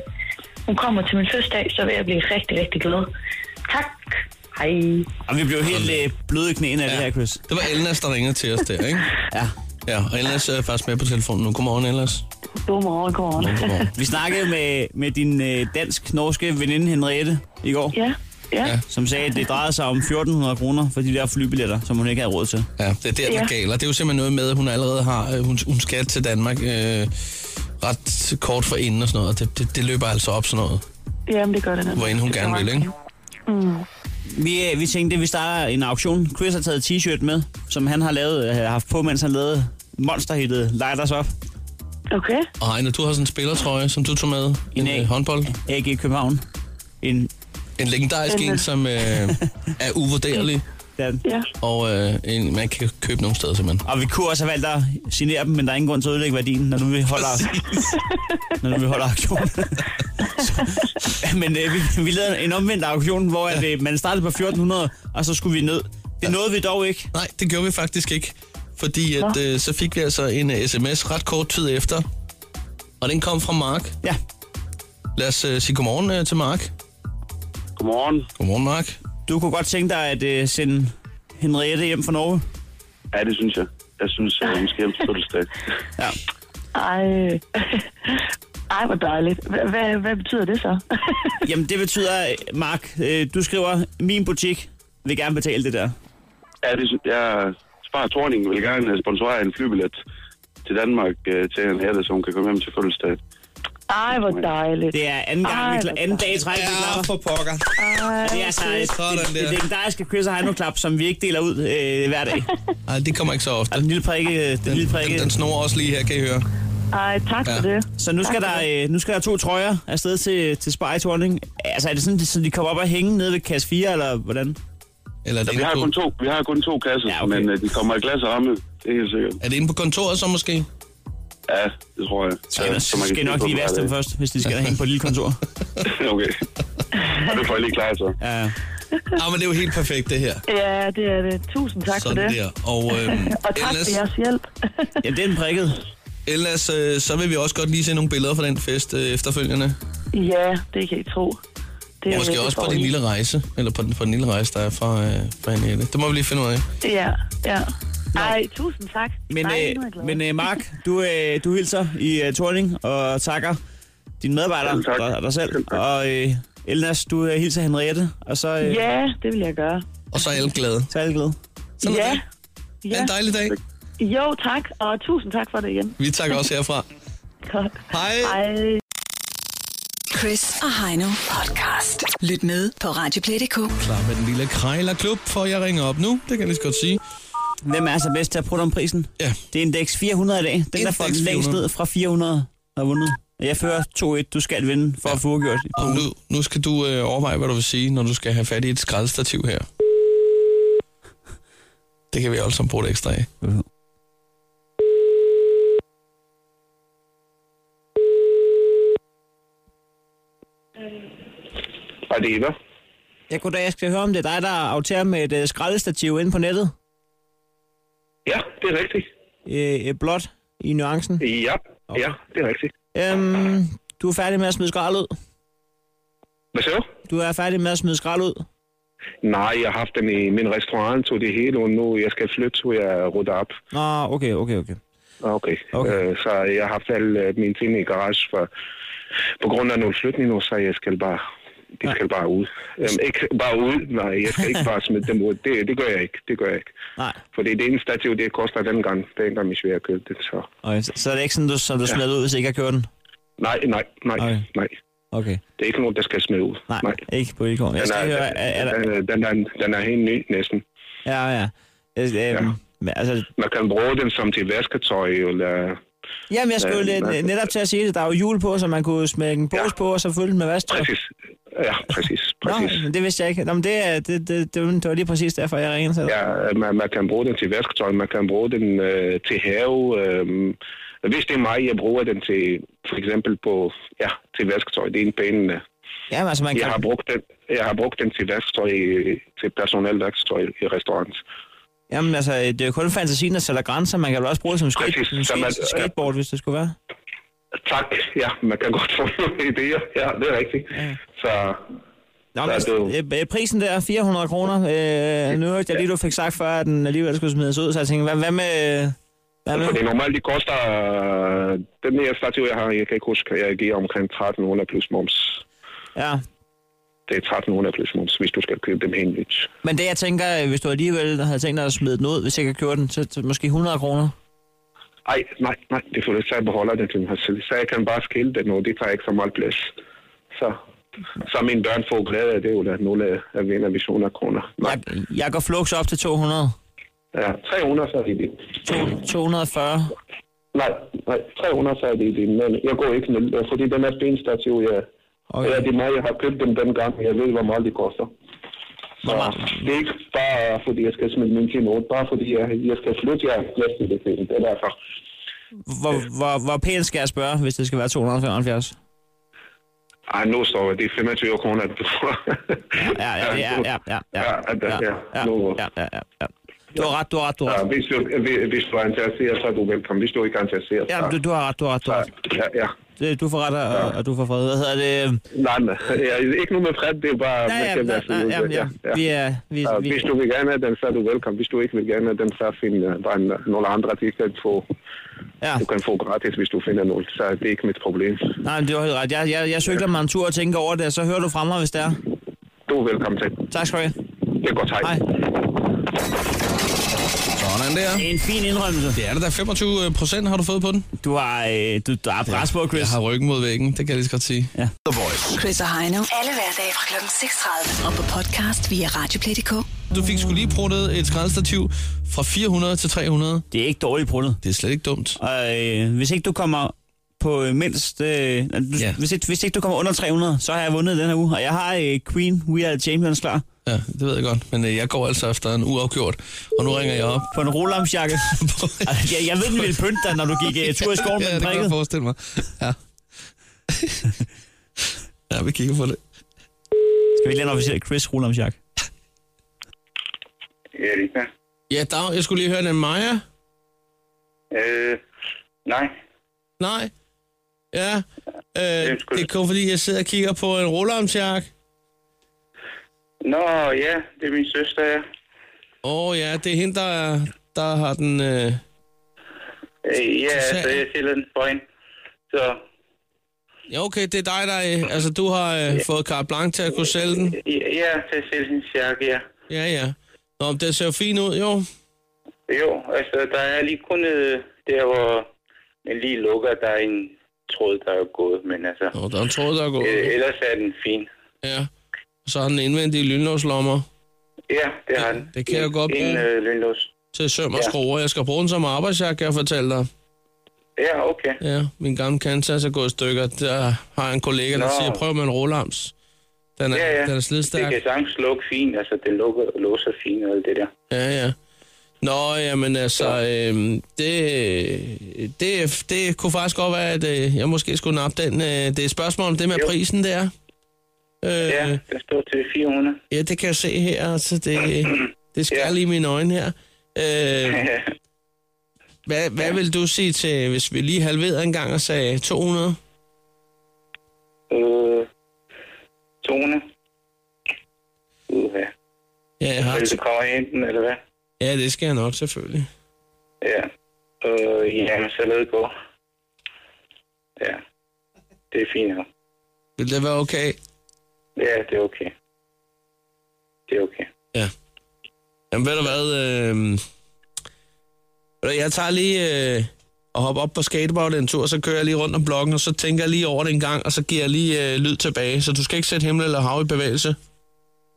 S5: hun kommer til min fødselsdag, så vil jeg blive rigtig, rigtig glad. Tak. Hej.
S4: Og vi blev helt øh, bløde i knæene af ja. det her, Chris.
S3: Det var Elnas, der ringede til os der, ikke?
S4: Ja.
S3: Ja, og Elnas øh, er faktisk med på telefonen nu. Godmorgen, Elnas.
S5: Godmorgen, godmorgen.
S3: Godmorgen.
S4: Vi snakkede med, med din øh, dansk-norske veninde Henriette i går,
S5: Ja, ja.
S3: Ja.
S5: ja.
S4: som sagde, at det drejede sig om 1.400 kroner for de der flybilletter, som hun ikke havde råd til.
S3: Ja, det er der, der
S5: Ja.
S3: ja. galer. Det er jo simpelthen noget med, at hun allerede har, øh, hun, hun skal til Danmark øh, ret kort for inden og sådan noget. og Det, det, det løber altså op sådan noget,
S5: Jamen, det gør det nemlig. Mm.
S3: hvor end hun gerne vil, ikke?
S4: Vi, øh, vi tænkte, at vi starter en auktion. Chris har taget t-shirt med, som han har lavet, øh, haft på, mens han lavede monsterhittet Light Us Up,
S5: Okay.
S3: Og Heine, du har sådan en spillertrøje, som du tog med. En
S4: Nej.
S3: øh, håndbold.
S4: AG København. En,
S3: En legendarisk
S5: Den, øh.
S3: en, som øh, er uvurderlig,
S4: den.
S5: Ja.
S3: og øh, en, man kan købe nogle steder simpelthen.
S4: Og vi kunne også have valgt at signere dem, men der er ingen grund til at ødelægge værdien, når nu vi holder, når nu vi holder auktionen. Så- men øh, vi, vi lavede en omvendt auktion, hvor at, øh, man startede på 1400, og så skulle vi ned. Det nåede vi dog ikke.
S3: Nej, det gjorde vi faktisk ikke. Fordi at, øh, så fik vi altså en uh, sms ret kort tid efter. Og den kom fra Mark.
S4: Ja,
S3: Lad os uh, sige godmorgen uh, til Mark.
S6: Godmorgen.
S3: Godmorgen, Mark.
S4: du kunne godt tænke dig at øh, sende Henriette hjem fra Norge.
S6: Ja, det synes jeg. Jeg synes, at hun skal hjem til fødselsdag.
S4: Ja.
S5: Ej. Ej, hvor dejligt. Hva- Hvad, hvad betyder det så?
S4: Jamen det betyder, øh, Mark, øh, du skriver, min butik vil gerne betale det der.
S6: Ja, det synes jeg. Spar Torning vil gerne sponsorere en flybillet til Danmark øh, til Henriette, så hun kan komme hjem til fødselsdag.
S5: Ej, hvor dejligt.
S4: Det er anden, gang,
S5: Ej,
S4: vi kla- anden dag i træk, vi klarer.
S3: for pokker.
S4: Det er altså et,
S3: Sådan
S4: et,
S3: der.
S4: et legendariske Chris og Heino klap, som vi ikke deler ud øh, hver dag.
S3: Nej, det kommer ikke så ofte.
S4: Og den lille prikke, den, lille øh.
S3: Den,
S4: prikke.
S3: den snor også lige her, kan I høre.
S5: Ej, tak for
S3: Ja.
S5: det.
S4: Så nu skal, der, øh, nu skal der to trøjer afsted til, til Spar i Torning. Altså er det sådan, så de kommer op og hænge nede ved kasse 4, eller hvordan?
S3: Eller er det,
S6: Altså, Vi har
S3: inde
S6: kun
S3: på,
S6: to, vi har kun to kasser,
S4: Ja,
S6: ja,
S4: okay.
S6: okay. men øh, de kommer i glas og ramme. Det er helt sikkert.
S3: er det inde på kontoret så måske?
S6: Ja, det tror jeg.
S4: Så, ja, så
S6: man kan
S4: skal
S6: se
S4: nok
S6: på
S4: lige
S6: dem
S4: vaske dem
S6: hver
S4: først, hvis de skal hænge på et lille kontor.
S6: dag. okay. Og det får jeg lige klart så.
S4: Ja.
S3: Ja, Ah, men det er jo helt perfekt, det her.
S5: Ja, det er det. Tusind tak for
S3: Sådan
S5: det.
S3: der. Og, øhm,
S5: Og tak
S3: ellers,
S5: for jeres hjælp.
S4: Jamen, det er den prikket.
S3: ellers øh, så vil vi også godt lige se nogle billeder fra den fest øh, efterfølgende.
S5: ja, det kan I tro. Det,
S3: Måske
S5: det
S3: også
S5: får
S3: på din
S5: I.
S3: lille rejse, eller på den, på den lille rejse, der er fra, øh, fra Henriette. Det må vi lige finde ud af.
S5: Ja, ja. Ej, tusind tak.
S4: Men,
S5: Nej, nu er jeg
S4: øh,
S5: glad.
S4: men øh, Mark, du, øh, du hilser i øh, Torning og takker dine medarbejdere
S6: Selv tak.
S4: og dig selv.
S6: Selv tak.
S4: Og øh, Elnas, du øh, hilser Henriette, og så, øh,
S5: Ja, det vil jeg gøre.
S3: Og så er alle glade.
S4: så er alle glade.
S3: Sådan er
S5: ja.
S3: det. Ha'
S5: ja.
S3: en dejlig dag.
S5: Jo, tak. Og tusind tak for det igen.
S3: Vi takker også herfra.
S5: Godt. Øh,
S3: Hej.
S5: Hej.
S2: Chris og Heino podcast. Lyt med på Radioplay.dk.
S3: Klar med den lille krejlerklub, for jeg ringer op nu. Det kan jeg lige så godt sige.
S4: Hvem er så bedst til at prutte om prisen?
S3: Ja,
S4: Det er indeks 400 i dag. Den, der
S3: Indeks
S4: får længst
S3: 400.
S4: ned fra 400, har vundet. Jeg fører 2-1. Du skal vinde for at få gjort.
S3: og nu, nu skal du øh, overveje, hvad du vil sige, når du skal have fat i et skraldestativ her. Det kan vi også bruge et ekstra af.
S6: Hej, det er Eva.
S4: Ja, goddag. Jeg skal høre, om det er dig, der aftager med et øh, skraldestativ inde på nettet.
S6: Ja, det er rigtigt.
S4: Øh, øh, blot i nuancen.
S6: Ja, ja, det er rigtigt.
S4: Øhm, du er færdig med at smide skrald ud.
S6: Hvad så?
S4: Du er færdig med at smide skrald ud.
S6: Nej, jeg har haft den i min restaurant, så det hele, og nu jeg skal flytte, så jeg rydder op.
S4: Nå, okay, okay, okay.
S6: Okay.
S4: Okay.
S6: okay. Øh, så jeg har haft alle øh, mine ting i garage, for på grund af nogle flytninger, så jeg skal bare, de skal bare ud. Øhm, ikke bare ud, nej, jeg skal ikke bare smide dem ud. Det, det gør jeg ikke, det gør jeg ikke.
S4: Nej.
S6: For det er det eneste stativ, det koster den gang, den gang, hvis vi har købt det. Så.
S4: Okay, så, så er det ikke sådan, du, så du smider det ud, hvis I ikke har kørt den?
S6: Nej, nej, nej,
S4: Okay.
S6: okay. nej.
S4: Okay.
S6: Det er ikke noget, der skal smide ud.
S4: Nej, Nej. ikke på vilkår. Jeg
S6: Den er,
S4: skal høre, er, er, der-
S6: den, er, den, er, den er helt ny næsten.
S4: ja, ja. Øh, øhm,
S6: Ja.
S4: Men, altså,
S6: Man kan bruge den som til vasketøj, eller
S4: Jamen, jeg skulle
S6: Ja,
S4: øh,
S6: nej.
S4: netop til at sige det. Der er jo jul på, så man kunne smække en pose
S6: Ja.
S4: på, og så fylde den med vasktøj.
S6: præcis. Ja, præcis,
S4: Nå,
S6: præcis.
S4: men det vidste jeg ikke. Nå, men det, er- det, det, det, var- det var lige præcis derfor, jeg ringede til dig.
S6: Ja, man, man kan bruge den til vasketøj, man kan bruge den øh, til have. Øh, hvis det er mig, jeg bruger den til, for eksempel på, ja, til vasketøj, det er en pæne. øh.
S4: Jamen, altså, man
S6: Jeg har
S4: kan...
S6: brugt den, jeg har brugt den til vasketøj, i- til personel vasketøj i restaurant.
S4: Jamen, altså, det er jo kun fantasien, der sætter grænser. Man kan vel også bruge det som skate,
S6: Præcis,
S4: som
S6: så
S4: skate,
S6: man-
S4: skateboard, hvis det skulle være.
S6: Tak, ja, man kan godt få nogle idéer. Ja, det er rigtigt.
S4: Ja.
S6: Så Så
S4: Nå, men,
S6: er
S4: altså,
S6: det jo-
S4: øh, øh, prisen der, 400 kroner. Øh, nu hørte jeg lige, du fik sagt før, at den alligevel skulle smides ud, så jeg tænkte, hvad, hvad med... Hvad
S6: for
S4: med
S6: det normalt, det koster... øh, Den her stativ, jeg har, jeg kan ikke huske, jeg giver omkring 1300 plus moms.
S4: ja.
S6: Det er 1300 plus moms, hvis du skal købe dem helt nyt.
S4: Men det, jeg tænker, øh, hvis du alligevel havde tænkt dig at smide den ud, hvis jeg kan køre den, så, så måske 100 kroner.
S6: Ej, nej, nej, det får du ikke, så jeg beholder den til mig selv. Så jeg kan bare skille den, og det tager ikke så meget plads. Så, så mine børn får glæde af det, eller nogle af- af vinder visioner og kroner. Nej,
S4: Jeg, jeg går flux op til 200.
S6: ja, 300, så er det det.
S4: To- 240.
S6: Nej, nej, 300, så er det det. Men jeg går ikke ned, fordi den er benstativ, jeg...
S4: Okay.
S6: Okay. Ja, det er mig, jeg har købt dem dengang, og jeg ved, hvor meget det koster. Så
S4: Hvor meget?
S6: det er ikke bare, fordi jeg skal smide min time ud, bare fordi jeg, jeg skal flytte jer plads til det. Det er derfor. Øh.
S4: Hvor, hvor, hvor pænt skal jeg spørge, hvis det skal være 275?
S6: Ej, nu står jeg. Det er 25 kroner, du får.
S4: Ja, ja, ja, ja, ja, ja,
S6: Ja, at- ja,
S4: ja, ja,
S6: nu-
S4: ja, ja, ja. Du har ret, du har ret, du har
S6: Ja,
S4: ret.
S6: hvis, du, hvis- hvis du er interesseret, så er du velkommen. Hvis du ikke er interesseret,
S4: Ja,
S6: så...
S4: du, du har ret, du har ret, du har ret.
S6: Ja, ja.
S4: Det- Du får ret, og, og du får fred. Hvad hedder det?
S6: Nej, nej. Ja, ikke noget med fred, det er bare...
S4: Ja,
S6: man
S4: ja,
S6: skal
S4: ja,
S6: være
S4: ja,
S6: fri.
S4: ja, ja, ja. Vi er... Vi,
S6: Ja,
S4: vi,
S6: hvis du vil gerne have den, så er du velkommen. Hvis du ikke vil gerne have den, så find øh, bare en- nogle andre artikler, du, får,
S4: ja.
S6: du kan få gratis, hvis du finder noget. Så det er ikke mit problem.
S4: Nej, men det var helt ret. Jeg, jeg, jeg cykler mig en tur og tænker over det, og så hører du fra mig, hvis det er.
S6: Du er velkommen til.
S4: Tak skal du have.
S6: Det er godt, hej.
S4: Hej.
S3: Sådan der.
S4: En fin indrømmelse.
S3: Det er det der 25 procent, har du fået på den?
S4: Du har, øh, du, du har pres på, Chris.
S3: Jeg har ryggen mod væggen, det kan jeg lige så godt sige.
S8: The Voice.
S2: Chris og Heino. Alle hverdage fra kl. 6.30. Og på podcast via Radioplay.dk.
S3: Du fik skulle lige pruttet et skraldestativ fra 400 til 300.
S4: Det er ikke dårligt prundet.
S3: Det er slet ikke dumt.
S4: Og øh, hvis ikke du kommer på øh, mindst... Øh, du,
S3: Ja.
S4: ja. hvis, ikke, hvis ikke du kommer under 300, så har jeg vundet den her uge. Og jeg har øh, Queen We Are The Champions klar
S3: Ja, det ved jeg godt. Men øh, jeg går altså efter en uafgjort. Og nu ringer jeg op.
S4: på en rolamsjakke. jeg, jeg ved, den ville pynte dig, når du gik øh, tur i skoven
S3: ja, det
S4: med den
S3: kan jeg
S4: prikket.
S3: forestille mig. Ja. ja, vi kigger på det.
S4: Skal vi lade en officiel Chris rolamsjakke?
S9: Erika?
S3: Ja, Dag, jeg skulle lige høre den Maja.
S9: Øh, nej.
S3: Nej. Ja. Øh,
S9: er sgu-
S3: det er kun fordi, jeg sidder og kigger på en rullarmsjak.
S9: Nå, ja, det er min søster, ja.
S3: Åh oh, ja, det er hende, der, er- der har den... Øh...
S9: Øh, ja,
S3: Så-
S9: så jeg stiller den for hende. Så,
S3: Ja, okay, det er dig, der... Øh... Altså, du har øh, fået carte blanche til at kunne sælge den.
S9: ja, så jeg stiller hendes jakke, ja.
S3: Ja, ja. Nå, men det ser jo fint ud, jo.
S9: Jo, altså, der er lige kun øh, der, hvor den lige lukker, der er en tråd, der er gået, men altså,
S3: Nå, der er en tråd, der er gået.
S9: øh, ellers er den fin.
S3: Ja. Og så har den indvendige lynlåslommer
S9: Ja, det har
S3: Ja,
S9: den.
S3: det kan jeg
S9: En-
S3: godt
S9: En
S3: bruge.
S9: øh, lynlås.
S3: til søm og
S9: Ja.
S3: skruer. Jeg skal bruge den som arbejdsjakke, kan jeg fortælle dig.
S9: Ja, okay.
S3: Ja, min gamle Kansas er gået i stykker. Der har jeg en kollega, der
S9: Nå.
S3: siger, prøv med en rollams. Den er,
S9: Ja, ja.
S3: Den er
S9: Det
S3: slidstærk.
S9: kan sagtens lukke fint, altså, den lukker, låser fint og alt det der.
S3: Ja, ja. Nå, jamen altså, øh, det, det, det kunne faktisk godt være, at øh, jeg måske skulle nappe den. Øh, det er et spørgsmål om det med
S9: Jo.
S3: prisen der. Øh,
S9: Ja, den står til 400.
S3: ja, det kan jeg se her, altså det, det skal
S9: Ja.
S3: lige i mine øjne her. Øh,
S9: Ja.
S3: hvad, hvad vil du sige til, hvis vi lige halverede en gang og sagde 200?
S9: Øh, tone. Uha.
S3: Ja, jeg har
S9: Vil du komme og hente den, eller hvad?
S3: Ja, det skal jeg nok, selvfølgelig.
S9: Ja. Øh, jamen, så lad det gå. Ja. Det er fint nok.
S3: Vil det være okay?
S9: Ja, det er okay. Det er okay.
S3: Jamen, ved du hvad? Øh... ved du, Jeg tager lige øh, og hopper op på skateboard en tur, så kører jeg lige rundt om blokken, og så tænker jeg lige over det en gang, og så giver jeg lige øh, lyd tilbage. Så du skal ikke sætte himmel eller hav i bevægelse.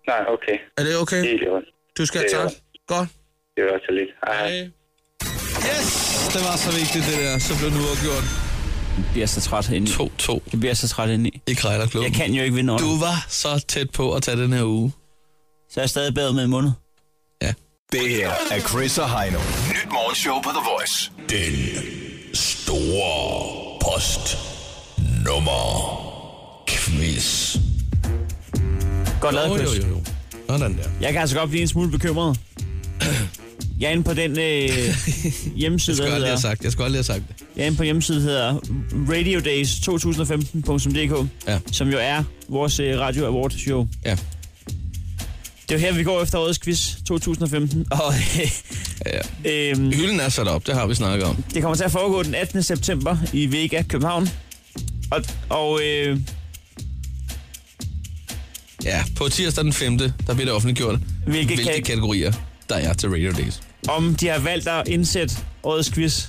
S9: Nej, okay.
S3: Er det
S9: Det
S3: okay?
S9: er i orden.
S3: Du skal
S9: det er
S3: have tak. Godt.
S9: Det var så lidt. Ej, hej.
S3: Hej. Yes! Det var så vigtigt, det der. Så blev nu gjort.
S4: Jeg bliver så træt indeni.
S3: 2-2
S4: Jeg bliver så træt indeni.
S3: i Krejlerklubben.
S4: Jeg kan jo ikke vinde over.
S3: Du var så tæt på at tage den her uge.
S4: Så er jeg stadig bedre med en måned.
S8: Det her er Chris og Heino. Nyt morgenshow på The Voice. Den store post nummer quiz.
S4: Godt lavet,
S3: Jo,
S4: Chris.
S3: jo, jo, jo. Sådan der.
S4: Jeg kan altså godt blive en smule bekymret. Jeg er inde på den øh, hjemmeside,
S3: Jeg
S4: der
S3: skulle aldrig
S4: hedder,
S3: have sagt, jeg skulle aldrig have sagt det.
S4: jeg er inde på hjemmeside, der hedder radiodays2015.dk,
S3: Ja.
S4: som jo er vores øh, Radio Award show.
S3: Ja.
S4: Det er jo her, vi går efter årets quiz 2015, og øh,
S3: ja.
S4: øh,
S3: Hylden er sat op, det har vi snakket om.
S4: det kommer til at foregå den 18. september i Vega, København. Og, og øh,
S3: Ja, på tirsdag den 5. der bliver det offentliggjort, hvilke,
S4: hvilke,
S3: hvilke
S4: kan,
S3: kategorier der er til Radio Days.
S4: om de har valgt at indsætte årets quiz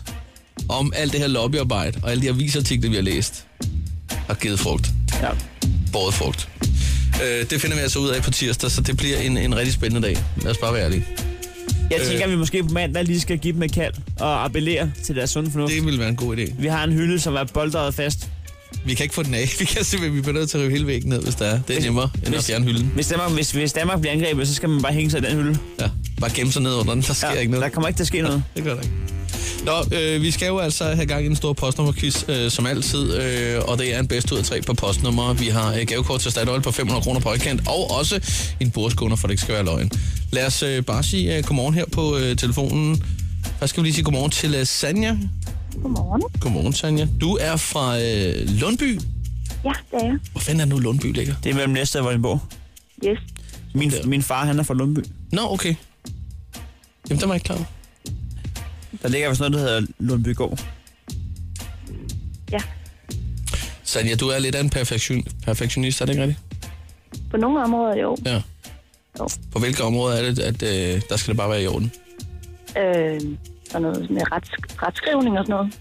S3: om alt det her lobbyarbejde og alle de avisartikler, vi har læst, har givet frugt.
S4: Ja.
S3: Båret frugt. Øh, det finder vi altså ud af på tirsdag, så det bliver en, en rigtig spændende dag. Lad os bare være ærlige. Øh.
S4: Jeg tænker, at vi måske på mandag lige skal give dem et kald og appellere til deres sunde fornuft.
S3: Det ville være en god idé.
S4: Vi har en hylde, som er boldret fast.
S3: Vi kan ikke få den af. Vi kan simpelthen, vi bliver nødt til at rive hele væggen ned, hvis der er. Det er nemmere end at
S4: hvis-
S3: fjerne hylden.
S4: Hvis Danmark, hvis, hvis Danmark bliver angrebet, så skal man bare hænge sig i den hylde.
S3: Ja, bare gemme sig ned under den. Der sker ikke noget.
S4: Der kommer ikke til at ske noget.
S3: Det gør der ikke. Nå, øh, vi skal jo altså have gang i en stor postnummerquiz, øh, som altid, øh, og det er en bedst ud af tre på postnummer. Vi har øh, gavekort til Statoil på 500 kroner på højkant, og også en bordskunder, for det ikke skal være løgn. Lad os øh, bare sige øh, godmorgen her på øh, telefonen. Først skal vi lige sige godmorgen til øh, Sanja.
S10: Godmorgen.
S3: Godmorgen, Sanja. Du er fra øh, Lundby.
S10: Ja, det er jeg.
S3: Hvor fanden er nu Lundby ligger?
S4: Det er mellem næste og Vordingborg.
S10: Yes.
S4: Min, min far, han er fra Lundby.
S3: Nå, okay. Jamen, der var jeg ikke klar over.
S4: Der ligger vist noget, der hedder Lundbygård.
S10: Ja,
S3: Sanja, du er lidt af en perfektion, perfektionist, er det ikke rigtigt?
S10: på nogle områder jo.
S3: Ja.
S10: Jo.
S3: På hvilke områder er det, at øh, der skal det bare være i orden?
S10: Øh, sådan noget med rets, retskrivning og sådan noget.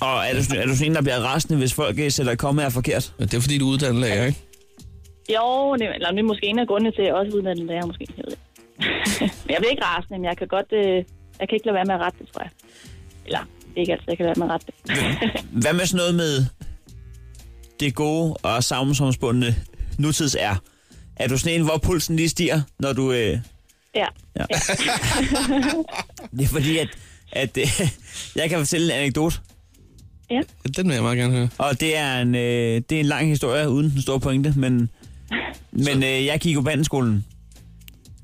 S4: Og er du, sådan- er du sådan en, der bliver rasende, hvis folk øh, sætter komme her forkert?
S3: Ja, Det er fordi, du er uddannet lærer, ikke?
S10: Jo, det, eller det er måske en af grundene til, at jeg også er uddannet lærer, måske. Jeg ved det. men jeg bliver ikke rasende, men jeg kan godt... Øh, jeg kan ikke lade være med at rette det, tror jeg. Eller, det er ikke altid, jeg kan lade være med at rette det.
S4: Hvad med sådan noget med det gode og savnsomsbundne nutids er? Er du sådan en, hvor pulsen lige stiger, når du... Øh...
S10: ja.
S4: Ja. Det er fordi, at, at øh, jeg kan fortælle en anekdote,
S10: ja.
S3: Ja, Den vil jeg meget gerne høre.
S4: og det er en, øh, det er en lang historie uden den store pointe, men, men øh, jeg gik jo på handelsskolen.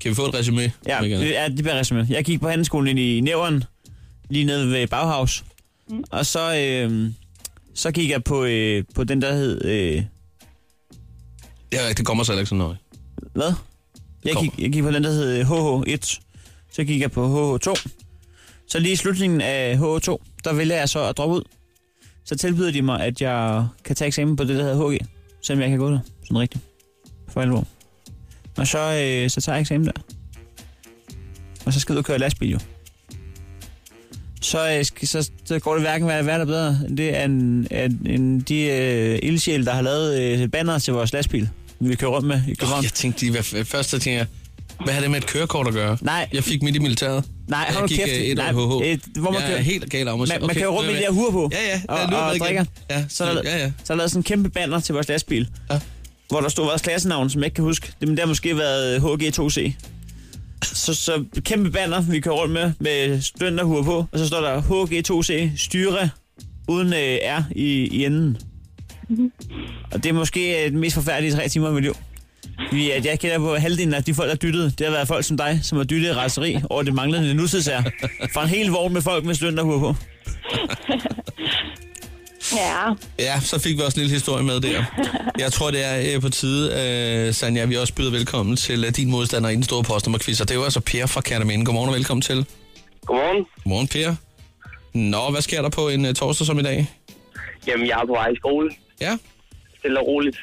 S3: Kan vi få et resume?
S4: Ja,
S3: Vil jeg gerne.
S4: det, ja, det bliver resume. Jeg gik på handelsskolen ind i Nævren, lige nede ved Bauhaus. Mm. Og så, øh, så gik jeg på, øh, på den, der hed... Øh,
S3: ja, det kommer så heller ikke så nøje.
S4: hvad? Jeg
S3: kommer.
S4: gik, jeg gik på den, der hed øh, HH1. Så gik jeg på HH2. Så lige i slutningen af HH2, der vælger jeg så at droppe ud. Så tilbyder de mig, at jeg kan tage eksamen på det, der hedder HG. Selvom jeg kan gå der. Sådan rigtigt. For alvor. Og så, øh, så tager jeg eksamen der. Og så skal jeg ud og køre lastbil jo. Så, øh, sk- så, så går det hverken være værre eller bedre. Det er en, en, en de øh, ildsjæle, der har lavet øh, banner til vores lastbil, vi kører rundt med i
S3: Oh,
S4: København.
S3: jeg tænkte lige, hvad, først så tænkte jeg, hvad har det med et kørekort at gøre?
S4: Nej.
S3: Jeg fik midt i militæret.
S4: Nej, hold
S3: jeg
S4: nu
S3: gik
S4: kæft.
S3: øh, et år
S4: Nej,
S3: i HH.
S4: øh, hvor man
S3: jeg
S4: kører-
S3: er helt gal om at
S4: Man, okay, man kan jo rundt med de der huer på.
S3: Ja, ja.
S4: Og,
S3: Ja, nu er
S4: og,
S3: det
S4: og
S3: igen.
S4: drikker.
S3: Ja,
S4: så, er der,
S3: ja, ja.
S4: så er der sådan en kæmpe banner til vores lastbil,
S3: Ja.
S4: hvor der stod vores klassenavn, som jeg ikke kan huske. Det men det har måske været øh, HG2C. Så, så kæmpe banner, vi kører rundt med, med studenterhuer på, og så står der HG2C styre uden øh, R i, i enden. Og det er måske øh, den mest forfærdelige tre timer i mit liv. Vi, at jeg kender på halvdelen af de folk, der dyttede. Det har været folk som dig, som har dyttet i raseri over det manglende nutidsær. Fra en hel vogn med folk med studenterhuer på.
S10: Ja,
S3: Ja, så fik vi også en lille historie med der. Jeg tror, det er øh, på tide, øh, Sanja, vi også byder velkommen til øh, din modstander i den store postnummerquiz, og det er jo altså Per fra Kærteminde. Godmorgen og velkommen til.
S9: Godmorgen.
S3: Godmorgen, Per. Nå, hvad sker der på en øh, torsdag som i dag?
S9: Jamen, jeg er på vej i skole.
S3: Ja,
S9: Stille og roligt.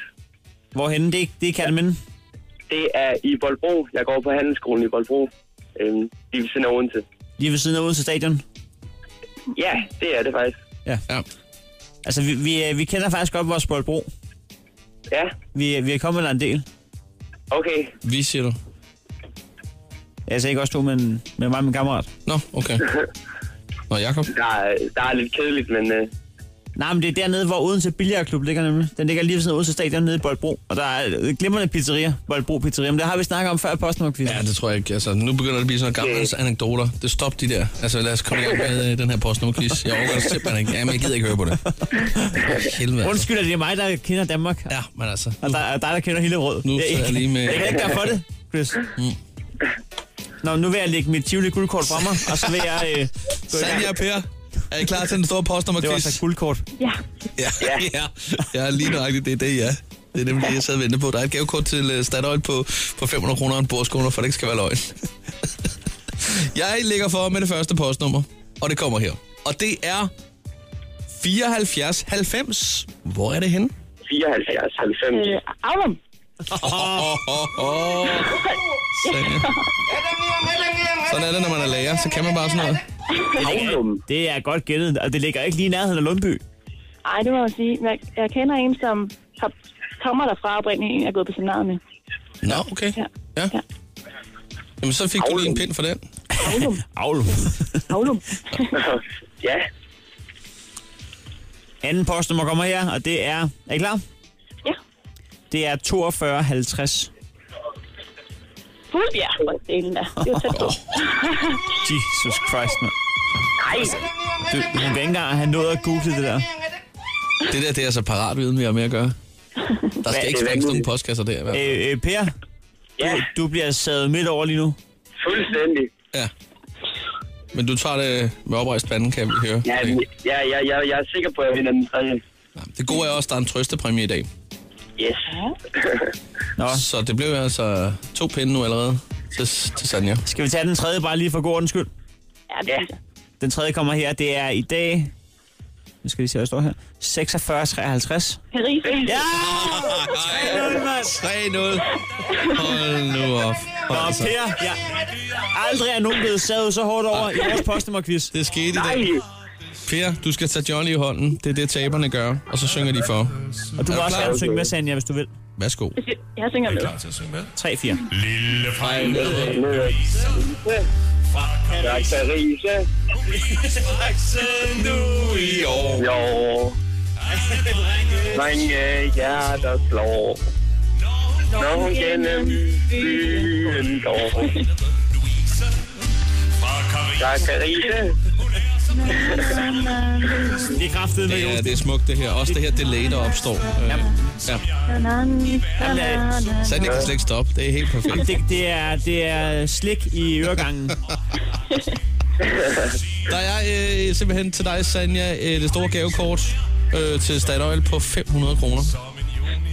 S4: Hvorhenne? Det, er ikke- det er Kalmen.
S9: Det er i Boldbro. Jeg går på handelsskolen i Boldbro. Øhm, lige ved siden af Odense.
S4: Lige ved siden af Odense Stadion.
S9: Ja, det er det faktisk.
S3: ja.
S4: Altså, vi, vi, øh, vi kender faktisk godt vores boldbro.
S9: Ja,
S4: Vi, øh, vi er kommet der en del.
S9: okay.
S3: Vi siger du.
S4: Altså, ikke også to, men med mig og min kammerat.
S3: Nå, okay. Nå, Jacob.
S9: Der er, der er lidt kedeligt, men øh,
S4: Nej, men det er dernede, hvor Odense Billiardklub ligger nemlig. Den ligger lige ved siden af Odense Stadion nede i Boldbro. Og der er øh, glimrende pizzerier. Boldbro Pizzeria. Men det har vi snakket om før i Postmarkquiz.
S3: Ja, det tror jeg ikke. Altså, nu begynder det at blive sådan nogle gamle anekdoter. Det stop de der. Altså, lad os komme i gang med øh, den her postnummerquiz. Jeg overgår det simpelthen ikke. Jamen, jeg gider ikke høre på det. Helvede. Altså.
S4: Undskyld, at det er mig, der kender Danmark.
S3: Ja, men altså.
S4: Og der, og dig, der kender Hillerød.
S3: Nu sidder jeg lige med-
S4: Jeg kan ikke gøre for det, Chris. Mm. Nå, nu vil jeg lægge mit Tivoli guldkort fra mig, og så vil jeg øh, gå i gang.
S3: Sanja og Per, er I klar til den store
S4: Det var
S3: postnummerquiz?
S4: altså guldkort.
S10: ja.
S3: Ja, ja. ja lige nøjagtigt, det er det, ja. Det er nemlig det, jeg sad og ventede på. Der er et gavekort til uh, Statoil på, på 500 kroner og en bordskåner, for det ikke skal være løgn. jeg ligger for med det første postnummer, og det kommer her. Og det er 7490. Hvor er det henne?
S9: 74, 90.
S10: Øh, Avum.
S3: Sådan er det, når man er lærer, så kan man bare sådan noget.
S4: Havlum. Det er godt gættet, og det ligger ikke lige i nærheden af Lundby.
S10: Ej, det må jeg sige. Jeg, jeg kender en, som har, kommer derfra oprindeligt, en jeg er gået på seminaret med.
S3: Nå, okay. Ja. ja. Jamen, så fik du lige en pind for den.
S10: Aulum.
S4: Aulum.
S10: Aulum.
S9: ja.
S4: Anden postnummer kommer her, og det er... Er I klar?
S10: Ja.
S4: Det er 4250.
S10: Fuldbjerg, for delen da. Det er jo tæt på.
S4: Jesus Christ, mand.
S10: Nej.
S4: Du, hun kan ikke engang have nået at google det der.
S3: Det der, det er altså parat viden, vi har med at gøre. Der skal ikke spændes nogen postkasser der. i hvert fald.
S4: Øh, øh, per,
S9: Ja,
S4: du, du bliver sadet midt over lige nu.
S9: fuldstændig.
S3: Ja. Men du tager det med oprejst panden, kan vi høre.
S9: Ja,
S3: Det-
S9: ja, ja, ja, jeg er sikker på, at jeg vinder den tredje.
S3: Det gode er også, at der er en trøstepræmie i dag.
S9: Yes.
S4: Nå,
S3: Så det blev altså to pinde nu allerede til, til Sanja.
S4: skal vi tage den tredje bare lige for god ordens skyld?
S10: Ja, det synes jeg.
S4: Den tredje kommer her, det er i dag... Nu skal vi se, hvad der står her. 4653.
S10: Paris.
S4: Ja! 3-0, mand!
S3: 3-0. Hold nu op.
S4: Nå,
S3: Altså,
S4: Per, ja. aldrig er nogen blevet savet så hårdt over i vores postnummerquiz.
S3: det skete i dag. Per, du skal tage Johnny i hånden. Det er det, taberne gør. Og så synger de for.
S4: Og du
S3: Er
S4: må
S3: du
S4: også
S3: klar?
S4: gerne synge med, Sanja, hvis du vil.
S3: Værsgo.
S10: Jeg synger med.
S4: 3-4.
S9: Parise. Jo. Mange hjerter slår. Når hun gennem byen går. Zakarise.
S4: Det er kraftedet med
S3: Ja,
S4: Jonas.
S3: det er smukt det her. Også det her delay, der opstår. Øh, Ja.
S4: Jamen, det er-
S3: Sanja kan slet ikke stoppe. Det er helt perfekt.
S4: Det, det, er, det er slik i øregangen.
S3: Der er øh, simpelthen til dig, Sanja, øh, det store gavekort øh, til Statoil på 500 kroner.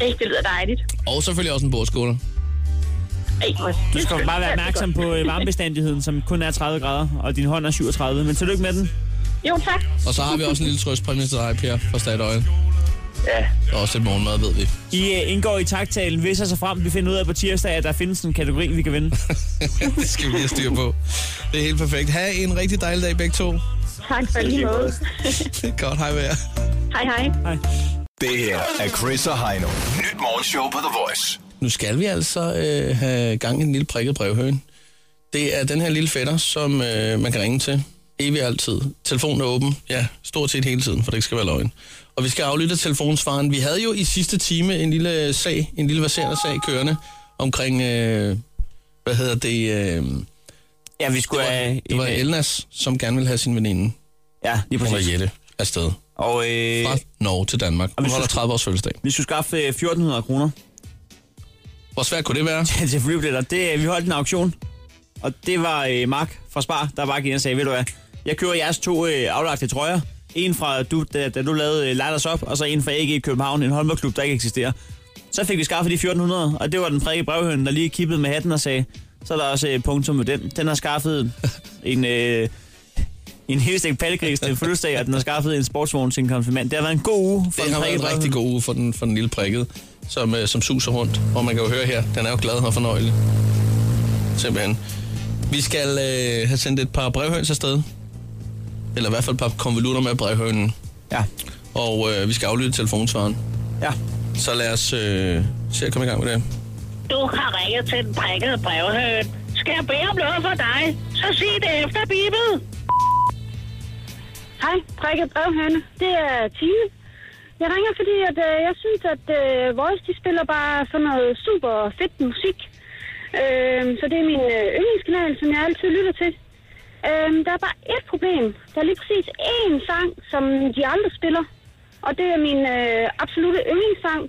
S10: Ej, det lyder dejligt.
S3: Og selvfølgelig også en bordskåler.
S10: Ej, hvor
S4: Du skal bare være opmærksom på øh, varmebestandigheden, som kun er 30 grader, og din hånd er 37. Men tillykke med den.
S10: Jo, tak.
S3: Og så har vi også en lille trøstpræmie til dig, Per, fra Statoil.
S9: Ja.
S3: Og også et morgenmad, ved vi.
S4: I øh, indgår i taktalen, hvis og så frem, vi finder ud af på tirsdag, at der findes en kategori, vi kan vinde.
S3: det skal vi lige have styr på. Det er helt perfekt. Ha' en rigtig dejlig dag begge to.
S10: Tak for lige måde.
S3: Godt, hej med jer.
S10: Hej, hej.
S2: Det her er Chris og Heino. Nyt morgenshow på The Voice.
S3: Nu skal vi altså øh, have gang i en lille prikket brevhøen. Det er den her lille fætter, som øh, man kan ringe til. Evig altid. Telefonen er åben. Ja, stort set hele tiden, for det ikke skal være løgn. Og vi skal aflytte telefonsvaren. Vi havde jo i sidste time en lille sag, en lille verserende sag kørende omkring, øh, hvad hedder det, øh,
S4: Ja, vi skulle have...
S3: det var
S4: en, øh,
S3: Elnas, som gerne ville have sin veninde,
S4: Ja, lige
S3: hun var
S4: præcis.
S3: Jette, afsted.
S4: Og, øh,
S3: Fra Norge til Danmark. Hun
S4: hvis
S3: holder
S4: du-
S3: 30 års fødselsdag.
S4: vi skulle skaffe øh, 1.400 kroner
S3: Hvor svært kunne det være?
S4: til- til flybilletter. Det, øh, vi holdt en auktion, og det var øh, Mark fra Spar, der bare gik ind og sagde, ved du hvad, jeg kører jeres to øh, aflagte trøjer. En fra, du, da, da du lavede øh, Light Us Up, og så en fra AG i København, en håndboldklub, der ikke eksisterer. Så fik vi skaffet de 1.400, og det var den prikke brevhøn, der lige kippede med hatten og sagde, så er der også øh, punktum med den. Den har skaffet en... Øh, en helstegt pattegris til en fødselsdag, og den har skaffet en sportsvogn til en konfirmand. Det har været en god uge for
S3: Det
S4: den
S3: har været
S4: prikke
S3: en
S4: brevhøn.
S3: rigtig god uge for den, for den lille prikket, som, øh, som suser rundt. Og man kan jo høre her, den er jo glad og fornøjelig. Simpelthen. Vi skal øh, have sendt et par brevhøns afsted. Eller i hvert fald et par konvolutter med brevhønen.
S4: Ja,
S3: Og øh, vi skal aflytte telefonsvaren.
S4: ja.
S3: Så lad os øh, se at komme i gang med det.
S11: Du har ringet til den prikkede brevhøn. Skal jeg bede om noget for dig, så sig det efter bibel.
S8: Hej, Rikke Brevhane. Det er Tine. Jeg ringer, fordi at, øh, jeg synes, at øh, Voice de spiller bare sådan noget super fedt musik. Øh, så det er min øh, yndlingskanal, som jeg altid lytter til. Øh, der er bare et problem. Der er lige præcis én sang, som de aldrig spiller. Og det er min øh, absolute yndlingssang.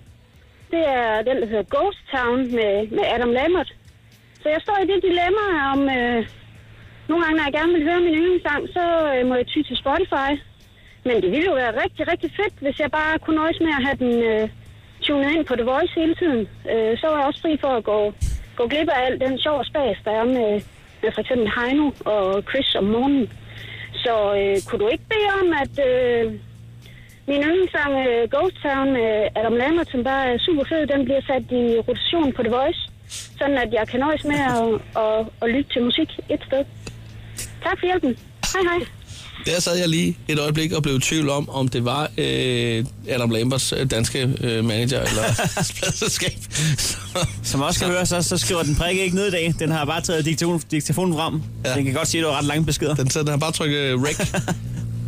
S8: Det er den, der hedder Ghost Town med, med Adam Lambert. Så jeg står i det dilemma om... Øh, nogle gange, når jeg gerne vil høre min yndlingssang, så øh, må jeg ty til Spotify. Men det ville jo være rigtig, rigtig fedt, hvis jeg bare kunne nøjes med at have den øh, tunet ind på The Voice hele tiden. Øh, så var jeg også fri for at gå, gå glip af al den sjov og spas, der er med, med for eksempel Heino og Chris om morgenen. Så øh, kunne du ikke bede om, at øh, min yndlingssang øh, Ghost Town med Adam Lambert, som bare er super fed, den bliver sat i rotation på The Voice, Tá sådan at jeg kan nøjes med at, at, at lytte til musik et sted. Tak for hjælpen.
S7: Hej, hej.
S3: Der sad jeg lige et øjeblik og blev i tvivl om, om det var øh, Adam Lamberts øh, danske øh, manager eller pladserskab.
S4: Som også kan høre, så, så skriver den prikke ikke ned i dag. Den har bare taget diktafonen, diktafonen frem. Ja. Den kan godt sige, at det var ret lange beskeder.
S3: Den, så den har bare trykket øh, rec.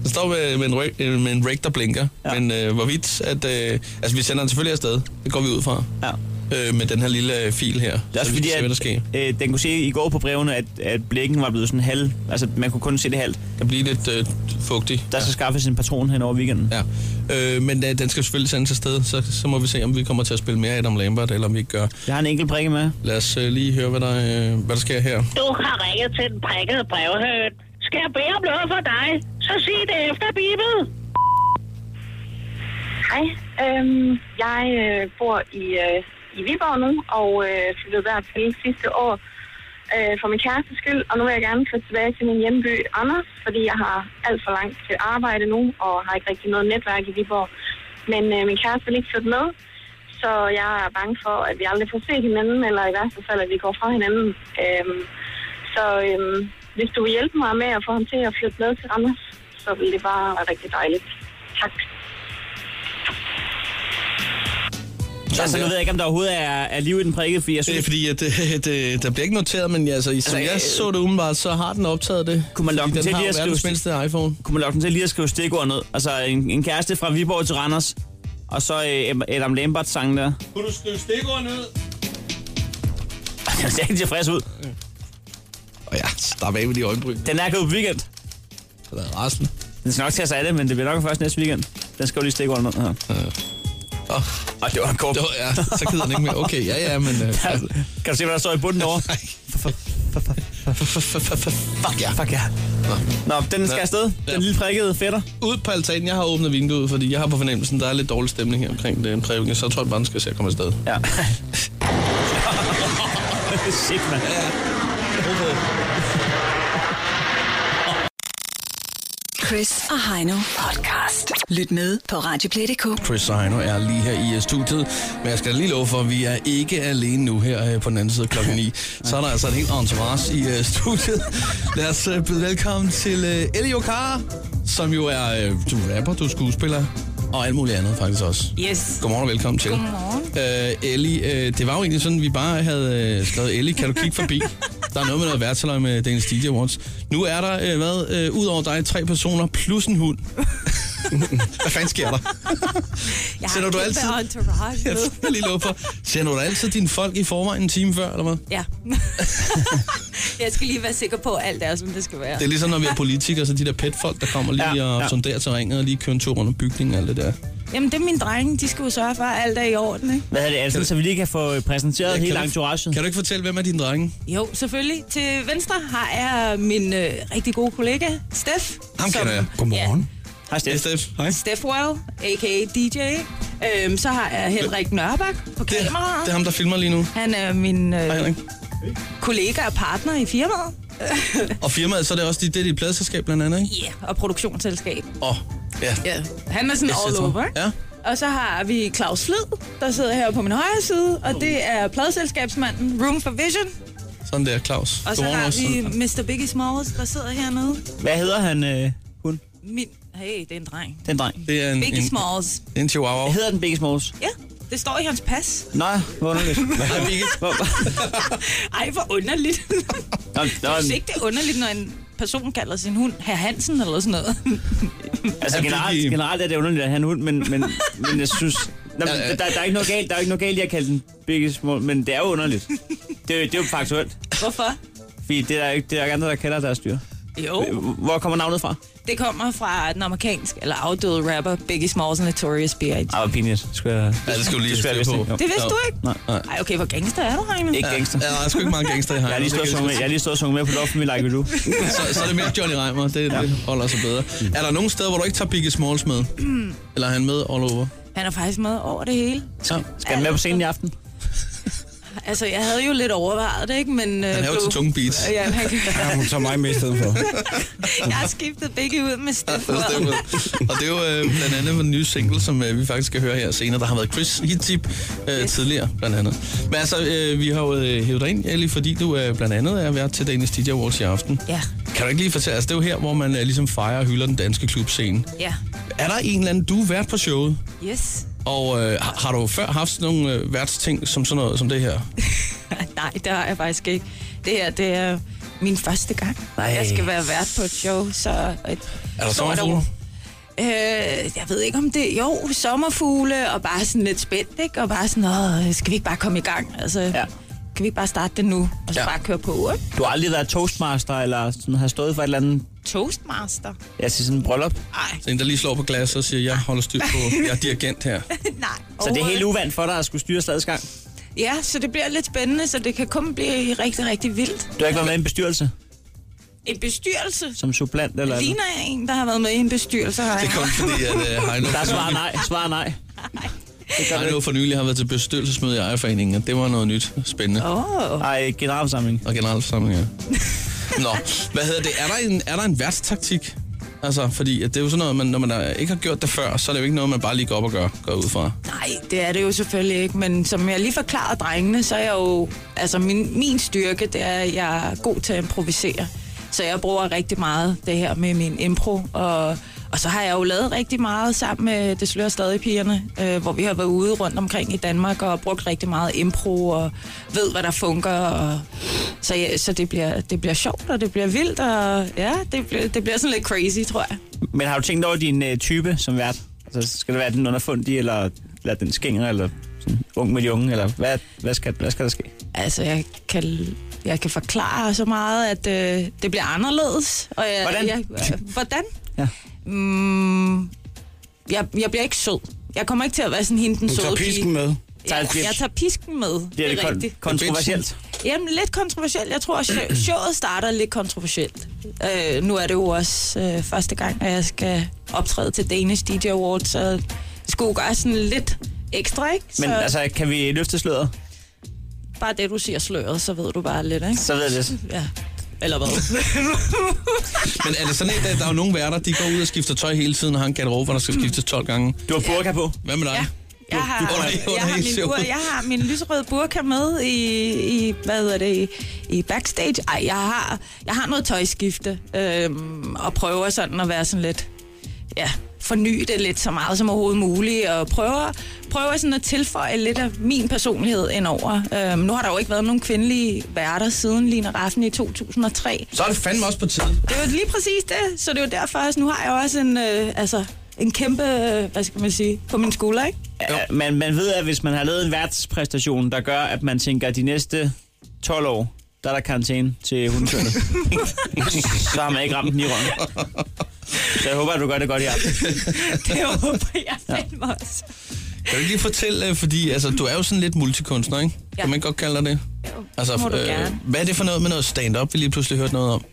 S3: Den står med, med, en, rec, øh, med en rec, der blinker. Ja. Men øh, hvorvidt, at... Øh, altså, vi sender den selvfølgelig afsted. Det går vi ud fra.
S4: Ja.
S3: Øh, med den her lille øh, fil her.
S4: Det er også
S3: så vi
S4: fordi,
S3: kan se, hvad der sker.
S4: at, øh, den kunne se i går på brevene, at, at blikken var blevet sådan halv. Altså, man kunne kun se det halvt.
S3: Den bliver lidt øh, fugtig.
S4: Der skal skaffes en patron hen over weekenden.
S3: Ja. Øh, men øh, den skal selvfølgelig sendes afsted, så, så må vi se, om vi kommer til at spille mere Adam Lambert, eller om vi ikke gør.
S4: Jeg har en enkelt prikke med.
S3: Lad os øh, lige høre, hvad der, øh, hvad der sker her.
S11: Du har ringet til den prikkede brevhøn. Skal jeg bede om noget for dig, så sig det efter, Bibel.
S12: Hej. Øhm, jeg øh, bor i, øh, i Viborg nu, og øh, flyttede dertil sidste år øh, for min kærestes skyld. Og nu vil jeg gerne flytte tilbage til min hjemby, Anders, fordi jeg har alt for langt til arbejde nu, og har ikke rigtig noget netværk i Viborg. Men øh, min kæreste vil ikke flytte med, så jeg er bange for, at vi aldrig får set hinanden, eller i værste fald, at vi går fra hinanden. Øhm, så øhm, hvis du vil hjælpe mig med at få ham til at flytte med til Anders, så vil det bare være rigtig dejligt. Tak.
S4: Så altså, nu ved jeg ikke, om der overhovedet er, er liv i den prikke, fordi jeg synes... øh,
S3: Det er fordi, at det, det, der bliver ikke noteret, men altså, som altså, jeg så det umiddelbart, så har den optaget det.
S4: Kunne man lokke den,
S3: den
S4: til
S3: har
S4: lige
S3: jo
S4: at skrive...
S3: verdens mindste iPhone.
S4: Kunne man lokke den til lige at skrive stikord ned? Altså, en, en kæreste fra Viborg til Randers, og så øh, Adam Lambert sang der.
S3: Kunne du skrive stikord ned?
S4: Den ser ikke tilfreds ud.
S3: Og ja, stop af med de øjenbryn.
S4: Den er gået på weekend.
S3: Den er rasen.
S4: Den skal nok tage sig af det, men det bliver nok først næste weekend. Den skal jo lige stikke under her.
S3: Åh,
S4: oh, det var en kort.
S3: Det var- ja, så gider den ikke mere. Okay, ja, ja, men, øh, altså.
S4: kan du se, hvad der står i bunden over?
S3: Fuck ja.
S4: Fuck ja. Nå, den skal afsted. Den lille prikkede fætter.
S3: Ud på altanen. Jeg har åbnet vinduet, fordi jeg har på fornemmelsen, der er lidt dårlig stemning her omkring den prævning. Så jeg tror jeg, at man skal se at komme afsted.
S4: Ja. Shit, man.
S3: Ja. Okay.
S2: Chris og Heino podcast. Lyt med på Radioplay.dk.
S3: Chris Seino er lige her i øh, studiet. Men jeg skal da lige love for, at vi er ikke alene nu her øh, på den anden side af klokken 9. Så er der altså en helt entourage i øh, studiet. Lad os øh, byde velkommen til øh, Elio Carr, som jo er øh, du er rapper, du er skuespiller og alt muligt andet faktisk også.
S13: Yes.
S3: Godmorgen og velkommen til.
S13: Godmorgen.
S3: Øh, Ellie, øh, det var jo egentlig sådan, vi bare havde øh, skrevet, Ellie, kan du kigge forbi? Der er noget med noget værtsaløj med Daniels DJ Awards. Nu er der, øh, hvad, øh, ud over dig, tre personer plus en hund. hvad fanden sker der?
S13: Jeg
S3: Sender
S13: har du
S3: du altid-
S13: altid... entourage
S3: Jeg
S13: med.
S3: skal lige love for. Sender du da altid dine folk i forvejen en time før, eller hvad?
S13: Ja. jeg skal lige være sikker på, at alt er, som det skal være.
S3: Det er ligesom, når vi er politikere, så de der petfolk, der kommer lige ja, og ja. sonderer terrænet og lige kører en tur rundt om bygningen og alt det der.
S13: Jamen, det er mine drenge. De skal jo sørge for, at alt er i orden, ikke?
S4: Hvad er det altså, så vi lige kan få øh, præsenteret hele
S3: kan, du,
S4: entouragen?
S3: kan du ikke fortælle, hvem er dine drenge?
S13: Jo, selvfølgelig. Til venstre har jeg min øh, rigtig gode kollega, Steff.
S3: Ham
S13: som-
S3: kender jeg. Godmorgen.
S4: Hej, Steff.
S3: Steff. Hej.
S13: Steff Well, a.k.a. DJ. Øhm, så har jeg Henrik Nørbak på kameraet.
S3: Det er ham, der filmer lige nu.
S13: Han er min øh,
S3: Henrik.
S13: kollega og partner i firmaet.
S3: Og firmaet, så er det også dit, det er dit pladselskab blandt andet, ikke?
S13: Ja, yeah, og produktionsselskab.
S3: Åh, oh, ja.
S13: Ja, han er sådan
S3: Jeg
S13: all
S3: sætter-
S13: over, ikke?
S3: Ja.
S13: Og så har vi Claus Flid, der sidder her på min højre side, og det er pladselskabsmanden Room for Vision.
S3: Sådan der, Claus.
S13: Og så
S3: Godmorgen
S13: har
S3: også.
S13: vi Mr. Biggie Smalls, der sidder hernede.
S4: Hvad hedder han, øh, hun?
S13: Min, hey, det er en dreng.
S4: Den dreng.
S3: Det er en,
S13: Biggie Smalls.
S3: En, en chihuahua.
S4: Hedder den Biggie Smalls?
S13: Ja, det står i hans pas.
S4: Nå, hvor underligt.
S3: Hvad er Biggie?
S13: Ej, hvor underligt.
S4: Nå,
S13: Jeg
S4: nå,
S13: synes ikke, det er underligt, når en person kalder sin hund Herr Hansen eller sådan noget.
S4: Altså generelt, generelt er det underligt at have en hund, men, men, men jeg synes... Nå, men, der, der, er ikke noget galt, der er ikke noget galt i at kalde den Biggie Small, men det er jo underligt. Det, er jo- det er jo faktuelt.
S13: Hvorfor?
S4: Fordi det er der ikke, det er der ikke andre, der kalder deres dyr.
S13: Jo,
S4: Hvor kommer navnet fra?
S13: det kommer fra den amerikanske, eller afdøde rapper Biggie Smalls og Notorious B.I.G.
S4: Ah, hvor pinligt. Skulle jeg,
S3: Ja, det skal du lige
S4: skulle jeg
S3: have styr
S4: vidst
S3: på.
S13: Det vidste du ikke?
S4: Nej.
S13: Ej, okay, hvor gangster er du, Heino?
S4: Ikke gangster.
S3: Ja, der er sgu ikke mange gangster i
S4: Jeg har lige stået og sunget med, jeg har lige stået og sunget med på Love Me Like You Do.
S3: så, så er det mere Johnny Reimer, det, ja. det holder sig bedre. Er der nogen steder, hvor du ikke tager Biggie Smalls med?
S13: Mm.
S3: Eller er han med all over?
S13: Han er faktisk med over det hele.
S4: Skal den med på scenen i aften?
S13: Altså, jeg havde jo lidt overvejet det, ikke? Men, øh,
S3: Han er jo
S13: blev-
S3: til tunge beats.
S13: Ja, han kan...
S14: Ja, hun tager mig med i stedet for.
S13: jeg har skiftet begge ud med
S3: Ja,
S13: Steffen.
S3: det stemmer. og det er jo øh, blandt andet den nye single, som øh, vi faktisk skal høre her senere. Der har været Chris Hittip øh, tidligere, blandt andet. Men altså, øh, vi har jo øh, hævet dig ind, Ellie, fordi du øh, blandt andet er vært til Danish DJ Awards i aften.
S2: Ja.
S3: Kan du ikke lige fortælle, altså det er jo her, hvor man øh, ligesom fejrer og hylder den danske klubscene.
S2: Ja.
S3: Er der en eller anden, du er vært på showet,
S2: Yes.
S3: og øh, har har du før haft sådan nogle øh, værtsting som sådan noget som det her?
S13: Nej, det har jeg faktisk ikke. Det her, det er min første gang.
S3: Nej.
S13: Jeg skal være vært på et show, så... Et
S3: Er der
S13: stort
S3: sommerfugle?
S13: år. Øh, jeg ved ikke om det... Jo, sommerfugle, og bare sådan lidt spændt, ikke? Og bare sådan, Åh, skal vi ikke bare komme i gang? Altså, ja. kan vi ikke bare starte det nu, og så ja. bare køre på, ikke?
S4: Du har aldrig været toastmaster, eller sådan har stået for et eller andet,
S13: Toastmaster?
S4: jeg siger sådan en bryllup?
S13: Nej.
S3: Så en, der lige slår på glas og siger, jeg holder styr på, jeg er dirigent her.
S13: Nej.
S4: Så det er helt uvandt for dig at skulle styre slagets gang.
S13: Ja, så det bliver lidt spændende, så det kan kun blive rigtig, rigtig vildt.
S4: Du har ikke været med i en bestyrelse,
S13: En bestyrelse?
S4: som supplant eller
S13: Ligner jeg en, der har været med i en bestyrelse? har jeg?
S3: fordi, at øh, Heino...
S4: Der er svar nej, svar nej.
S3: Heino for nylig har været til bestyrelsesmøde i ejerforeningen, og det var noget nyt spændende.
S13: Oh.
S4: Ej, generalforsamling.
S3: Og generalforsamling, ja. Nå, hvad hedder det? Er der en, er der en værtstaktik? Altså, fordi at det er jo sådan noget, man, når man er, ikke har gjort det før, så er det jo ikke noget, man bare lige går op og gør, går ud fra.
S13: Nej, det er det jo selvfølgelig ikke, men som jeg lige forklarede drengene, så er jeg jo... Altså, min, min styrke, det er, at jeg er god til at improvisere. Så jeg bruger rigtig meget det her med min impro, og, og så har jeg jo lavet rigtig meget sammen med Det slører stadig pigerne, øh, hvor vi har været ude rundt omkring i Danmark og brugt rigtig meget impro og ved, hvad der fungerer. Og, så ja, så det, bliver, det bliver sjovt, og det bliver vildt, og ja, det bliver, det bliver sådan lidt crazy, tror jeg.
S4: Men har du tænkt over din øh, type som vært? Altså, skal det være den underfundige, eller, eller den skænger, eller sådan, ung med de unge, eller hvad, hvad, skal, hvad skal der ske?
S13: Altså, jeg kan, jeg kan forklare så meget, at øh, det bliver anderledes. Og jeg,
S4: Hvordan?
S13: Jeg, øh, hvordan? Ja. Mm, jeg, jeg bliver ikke sød. Jeg kommer ikke til at være sådan hende, den
S14: Du
S13: søde
S14: tager pisken
S13: pige.
S14: med.
S13: Ja, jeg tager pisken med.
S14: Bliver det kon-
S13: rigtigt.
S14: kontroversielt?
S13: Jamen, lidt kontroversielt. Jeg tror, at show- showet starter lidt kontroversielt. Øh, nu er det jo også øh, første gang, at jeg skal optræde til Danish DJ Awards, så det skulle gøre sådan lidt ekstra, ikke?
S4: Men
S13: så
S4: altså, kan vi løfte sløret?
S13: bare det, du siger sløret, så ved du bare lidt, ikke?
S4: Så ved jeg det.
S13: Ja. Eller hvad?
S3: Men er det sådan et, at der er jo nogle værter, de går ud og skifter tøj hele tiden, og har en garderobe, hvor der skal skiftes 12 gange.
S4: Du har burka på.
S3: Hvad med dig? Ja.
S13: Jeg har,
S3: Du- du går ikke under
S13: jeg, har
S3: hele
S13: min
S3: showet.
S13: bur, jeg har min lyserøde burka med i, i hvad hedder det, i, i backstage. Ej, jeg har, jeg har noget tøjskifte, øhm, og prøver sådan at være sådan lidt, ja, forny det lidt så meget som overhovedet muligt, og prøver, prøver sådan at tilføje lidt af min personlighed indover. Øhm, nu har der jo ikke været nogen kvindelige værter siden Line Raffen i 2003.
S3: Så er det fandme også på tide.
S13: Det er jo lige præcis det, så det er jo derfor, at nu har jeg også en, øh, altså, en kæmpe, øh, hvad skal man sige, på min skulder, ikke?
S4: Ja, man, man ved, at hvis man har lavet en værtspræstation, der gør, at man tænker, at de næste 12 år, der er der karantæne til hundekønnet. så har man ikke ramt den i røven. Så jeg håber, at du gør det godt i aften.
S13: Det håber jeg fandme også.
S3: Kan du ikke lige fortælle, øh, fordi altså, du er jo sådan lidt multikunstner, ikke? Ja. Kan man godt kalde dig det? Jo, altså,
S13: må du gerne.
S3: hvad er det for noget med noget stand-up, vi lige pludselig hørte noget om?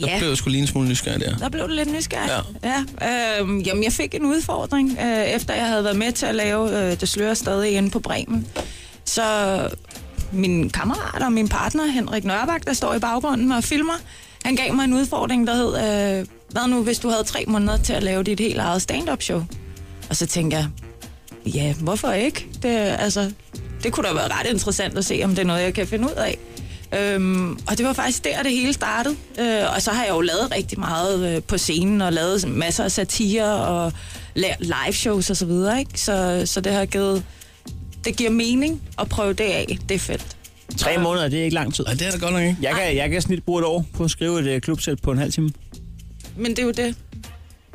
S3: Der
S13: Ja.
S3: blev jeg sgu lige en smule nysgerrig der.
S13: Der blev du lidt nysgerrig. Ja. ja øhm, jamen, jeg fik en udfordring, øh, efter jeg havde været med til at lave øh, Det slører stadig inde på Bremen. Så min kammerat og min partner, Henrik Nørbak, der står i baggrunden og filmer, han gav mig en udfordring, der hed, øh, hvad nu, hvis du havde tre måneder til at lave dit helt eget stand-up show? Og så tænker jeg, ja, hvorfor ikke? Det, altså, det kunne da være ret interessant at se, om det er noget, jeg kan finde ud af. Øhm, og det var faktisk der, det hele startede. Øh, og så har jeg jo lavet rigtig meget øh, på scenen, og lavet masser af satire og la- live shows og så videre, ikke? Så, så det har givet... Det giver mening at prøve det af. Det er fedt.
S4: Tre måneder, det er ikke lang tid.
S3: Ja, det er det godt nok ikke.
S4: Jeg kan, jeg kan snit bruge et år på at skrive et øh, klubsæt på en halv time.
S13: Men det er jo det.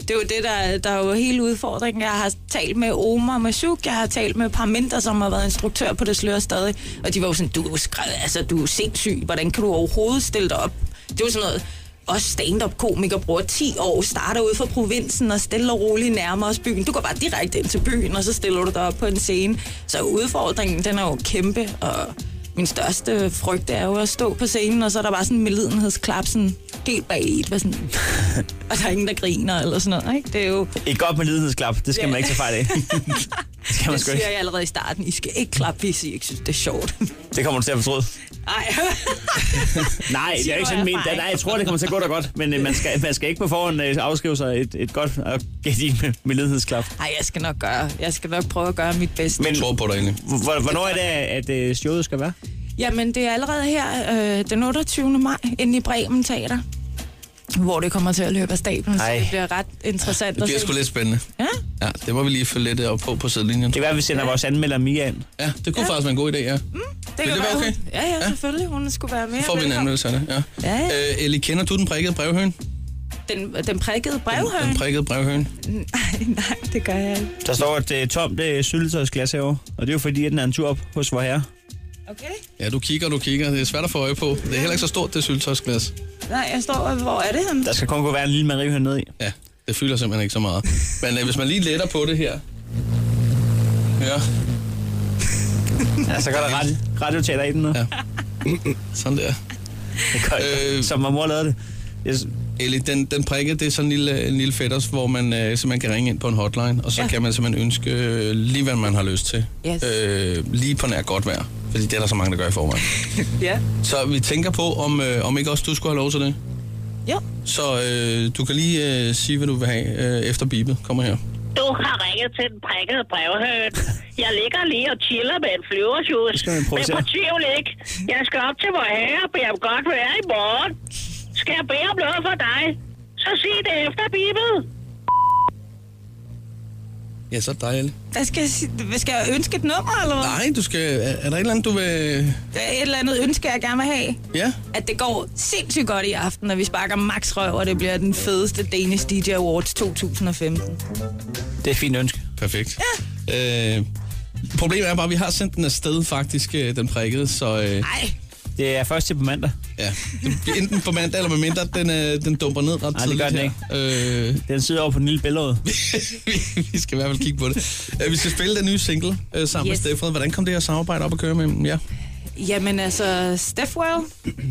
S13: Det er jo det, der, der er jo hele udfordringen. Jeg har talt med Omar Masuk, jeg har talt med et par mindre, som har været instruktør på det slør stadig. Og de var jo sådan, du er, jo skræ- altså, du er jo sindssyg, hvordan kan du overhovedet stille dig op? Det er jo sådan noget, også stand-up-komikere bruger 10 år, starter ude fra provinsen og stille og roligt nærmer os byen. Du går bare direkte ind til byen, og så stiller du dig op på en scene. Så udfordringen, den er jo kæmpe, og min største frygt er jo at stå på scenen, og så er der bare sådan en medlidenhedsklap, sådan helt bag i et, hvad sådan, og der er ingen, der griner eller sådan noget, ikke? Det er jo...
S4: Et godt med lidenhedsklap, det skal
S13: Ja.
S4: man ikke tage fejl af. Det skal man
S13: det
S4: sgu
S13: siger
S4: ikke.
S13: jeg allerede i starten. I skal ikke klappe, hvis I ikke synes, det er sjovt.
S4: Det kommer du til at fortryde.
S13: Nej.
S4: Nej, det er jo ikke sådan ment. Nej, jeg tror, det kommer til at gå dig godt, men øh, man skal, man skal ikke på forhånd øh, afskrive sig et, et godt og gedigent medlidenhedsklap.
S13: Nej, jeg skal nok gøre. Jeg skal nok prøve at gøre mit bedste.
S4: Men
S3: tror på dig egentlig.
S4: Hvornår er det, at øh, showet skal være?
S13: Jamen, det er allerede her øh, den 28. maj inde i Bremen Teater, hvor det kommer til at løbe af stablen, så
S3: Ej.
S13: det bliver ret interessant
S3: Det bliver
S13: at se.
S3: sgu lidt spændende.
S13: Ja.
S3: Ja, det må vi lige følge lidt øh, op på på sidelinjen. Det
S4: er hvad vi sender vores anmelder Mia ind.
S3: Ja, det kunne ja. faktisk være en god idé, ja. Mm,
S13: Det kan
S3: det
S13: være,
S3: være okay?
S13: Hun, ja, ja, selvfølgelig. Hun skulle være med.
S3: Så får vi en anmeldelse af det, ja.
S13: Ja,
S3: Øh, Ellie, kender du den prikkede brevhøn?
S13: Den, den prikkede brevhøn?
S3: Den prikkede brevhøn.
S13: Nej, det gør jeg ikke.
S4: Der står et øh, tomt øh, syltetøjsglas herovre, og det er jo fordi, at den er en tur op hos vor herre.
S3: Ja, du kigger, du kigger. Det er svært at få øje på. Det er heller ikke så stort, det syltøjsglas.
S13: Nej, jeg står... Hvor er det henne?
S4: Der skal kun kunne være en lille marihøn ned i.
S3: Ja, det fylder simpelthen ikke så meget. Men øh, hvis man lige letter på det her. Ja.
S4: Ja, så går der radio, radiotaler i den nu. Ja.
S3: Sådan der.
S4: Øh, Som var mor lavede det. Yes.
S3: Ellie, den, den prikke, det er sådan en lille, en lille fætters, hvor man øh, simpelthen kan ringe ind på en hotline, og så
S13: Ja.
S3: ja. kan man simpelthen ønske øh, lige, hvad man har lyst til.
S13: Yes.
S3: Øh, lige på nær godt vejr, fordi det er der så mange, der gør i forvejen.
S13: Ja.
S3: Så vi tænker på, om, øh, om ikke også du skulle have lov til det?
S13: Jo.
S3: Så øh, du kan lige øh, sige, hvad du vil have øh, efter bibet. Kommer her.
S11: Du har ringet til den prikkede brevhøn. Jeg ligger lige og chiller med en flyverjus.
S3: skal man
S11: Men
S3: improvisere.
S11: fortvivl ikke. Jeg skal op til vor herre og bede om godt vejr i morgen. Skal jeg bede om noget for dig? Så sig det efter, Bibel.
S3: Ja, så er det dig, Ellie.
S13: Hvad skal, jeg sige? Hvad skal jeg ønske et nummer, eller hvad?
S3: Nej, du skal... Er, er der et eller andet, du vil...
S13: Der er Et eller andet ønske, jeg gerne vil have.
S3: Ja?
S13: At det går sindssygt godt i aften, når vi sparker max røv, og det bliver den fedeste Danish DJ Awards 2015.
S4: Det er et fint ønske.
S3: Perfekt. Ja. Øh, problemet er bare, at vi har sendt den afsted faktisk, øh, den prikkede, så... Øh,
S4: Det er først til på mandag.
S3: Ja, det bliver enten på mandag, eller medmindre den, øh, den dumper ned ret
S4: Nej, det
S3: tidligt
S4: gør den
S3: her. Øh...
S4: ikke. Den sidder over på den lille billede.
S3: vi skal i hvert fald kigge på det. Øh, vi skal spille den nye single øh, sammen yes.
S13: Yes.
S3: med Steffred. Hvordan kom det her samarbejde op at køre med dem? Ja.
S13: Jamen altså, Steffwell,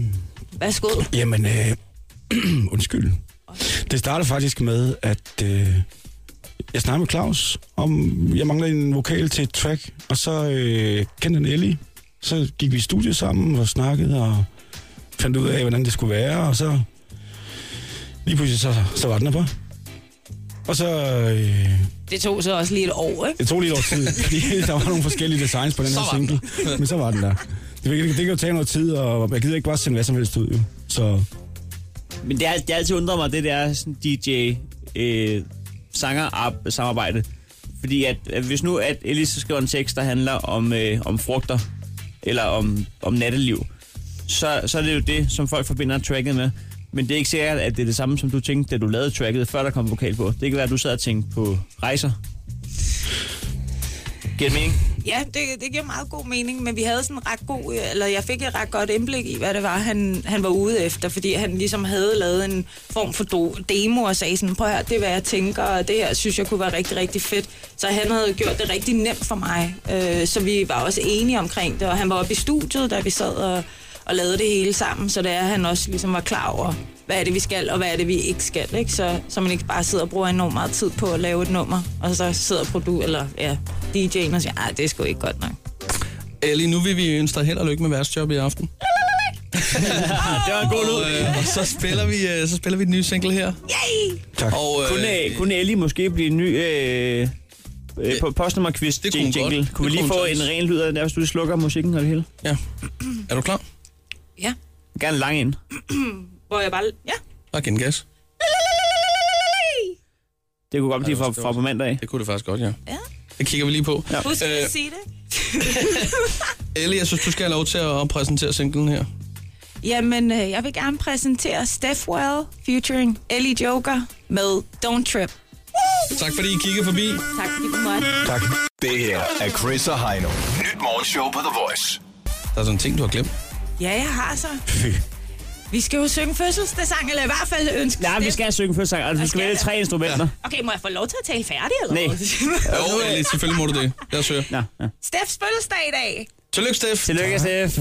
S13: værsgo.
S14: Jamen, øh, undskyld. Det starter faktisk med, at øh, jeg snakker med Claus om, jeg mangler en vokal til et track, og så øh, kendte han Ellie. Så gik vi i studiet sammen og snakkede og fandt ud af, hvordan det skulle være, og så lige pludselig så, så var den her på. Og så... Øh,
S13: Det tog så også lige et år, ikke?
S14: det tog lige et års tid, fordi der var nogle forskellige designs på den
S13: Så
S14: her
S13: var
S14: single. Men så var den der. Det, det, det kan jo tage noget tid, og jeg gider ikke bare sende hvad som helst ud, jo. Så
S4: Men det har det har altid undret mig, det der sådan DJ øh, sanger ab- samarbejde. Fordi at, at hvis nu at Elise skriver en tekst, der handler om, øh, om frugter, eller om, om natteliv, så, så er det jo det, som folk forbinder tracket med. Men det er ikke sikkert, at det er det samme, som du tænkte, da du lavede tracket, før der kom vokal på. Det kan være, at du sad og tænkte på rejser. Giver det mening?
S13: Ja, det, det giver meget god mening, men vi havde sådan en ret god, eller jeg fik et ret godt indblik i, hvad det var, han, han var ude efter, fordi han ligesom havde lavet en form for do, demo og sagde sådan, prøv at høre, det er, hvad jeg tænker, og det her synes jeg kunne være rigtig, rigtig fedt. Så han havde gjort det rigtig nemt for mig, øh, så vi var også enige omkring det, og han var oppe i studiet, da vi sad og, og lavede det hele sammen, så det er, at han også ligesom var klar over, hvad er det, vi skal, og hvad er det, vi ikke skal, ikke? Så, så man ikke bare sidder og bruger enormt meget tid på at lave et nummer, og så sidder produ, eller ja, DJ'en og siger, nej, det er sgu ikke godt nok.
S3: Ellie, nu vil vi ønske dig held og lykke med værtsjob i aften.
S4: det var en god
S3: lyd. Og, øh, og så spiller vi, øh, så spiller vi den nye single her.
S13: Yay!
S3: Tak. Og, øh,
S4: kunne, øh, kunne Ellie måske blive en ny øh, øh, på postnummerquiz
S3: det kunne hun
S4: jingle?
S3: godt.
S4: Kunne vi
S3: Det
S4: lige
S3: kunne
S4: få
S3: hun
S4: en
S3: sagtens.
S4: ren lyd af den, der, hvis du slukker musikken og det hele?
S3: Ja. Er du klar?
S13: Ja.
S4: Gerne lang ind.
S13: Hvor jeg bare, ja,
S3: Bare giv den gas.
S4: Det kunne godt blive fra, fra på mandag af.
S3: Det kunne det faktisk godt, ja. ja. Det kigger vi lige på. Ja. Øh.
S13: husk at sige det.
S3: Ellie, jeg synes, du skal have lov til at præsentere singlen her.
S13: Jamen, øh, jeg vil gerne præsentere Steffwell featuring Ellie Joker med Don't Trip.
S3: Tak fordi I kiggede forbi.
S13: Tak, fordi du måtte.
S8: Tak. Det her er Chris og Heino. Nyt morgenshow på The Voice.
S3: Der er sådan en ting, du har glemt.
S13: Ja, jeg har så. Vi skal jo synge fødselsdagssang, eller i hvert fald ønske
S4: Nej, vi skal synge først sang, og vi skal vælge tre instrumenter.
S13: Okay, må jeg få lov til at tale færdig, eller
S4: Nej.
S13: hvad?
S3: Jo, Ellie, selvfølgelig må du det. Lad os høre.
S4: Ja, ja.
S13: Steffs fødselsdag i dag.
S3: Tillykke, Steff.
S4: Tillykke, Steff.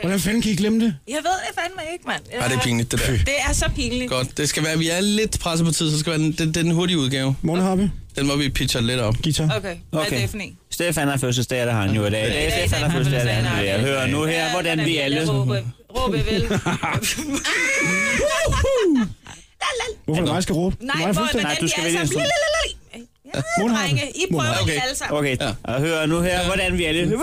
S14: Hvordan fanden kan I glemme det?
S13: Jeg ved det fandme ikke, mand. Øh,
S3: Ej, det er pinligt, det der.
S13: Det er så pinligt.
S3: Godt. Det skal være, vi er lidt presset på tid, så det skal være den, den, den hurtige udgave.
S14: Morgenhoppe.
S3: Den må vi pitche lidt op.
S14: Guitar.
S13: Okay, hvad er det for en?
S4: Stefan har fødselsdag, det har han jo i dag. I dag Stefan har fødselsdag, det har han jo i dag. Hør nu her, hvordan vi alle...
S13: Råbe vel.
S14: Hvorfor er det mig, jeg skal råbe?
S13: Nej, hvor er det,
S4: Nej, du skal vælge en
S13: Lille, lille, lille. Ja, drenge, I prøver okay. alle sammen.
S4: Okay, og hør nu her, hvordan vi
S2: Mm.
S4: alle...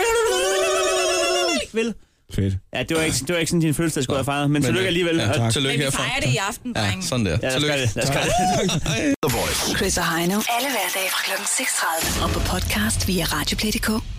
S4: Vil.
S14: Fedt.
S4: Ja, det var ikke, det var ikke sådan, din fødselsdag skulle have fejret, men tillykke alligevel.
S3: Ja,
S4: Og-
S3: tillykke
S13: Vi
S3: herfra.
S13: fejrer det i aften, drenge.
S3: Sådan der.
S4: Ja, lad os gøre det. Lad os gøre det.
S3: The Voice.
S2: Chris og Heino. Alle hverdage fra kl. 6.30. Og på podcast via Radioplay.dk.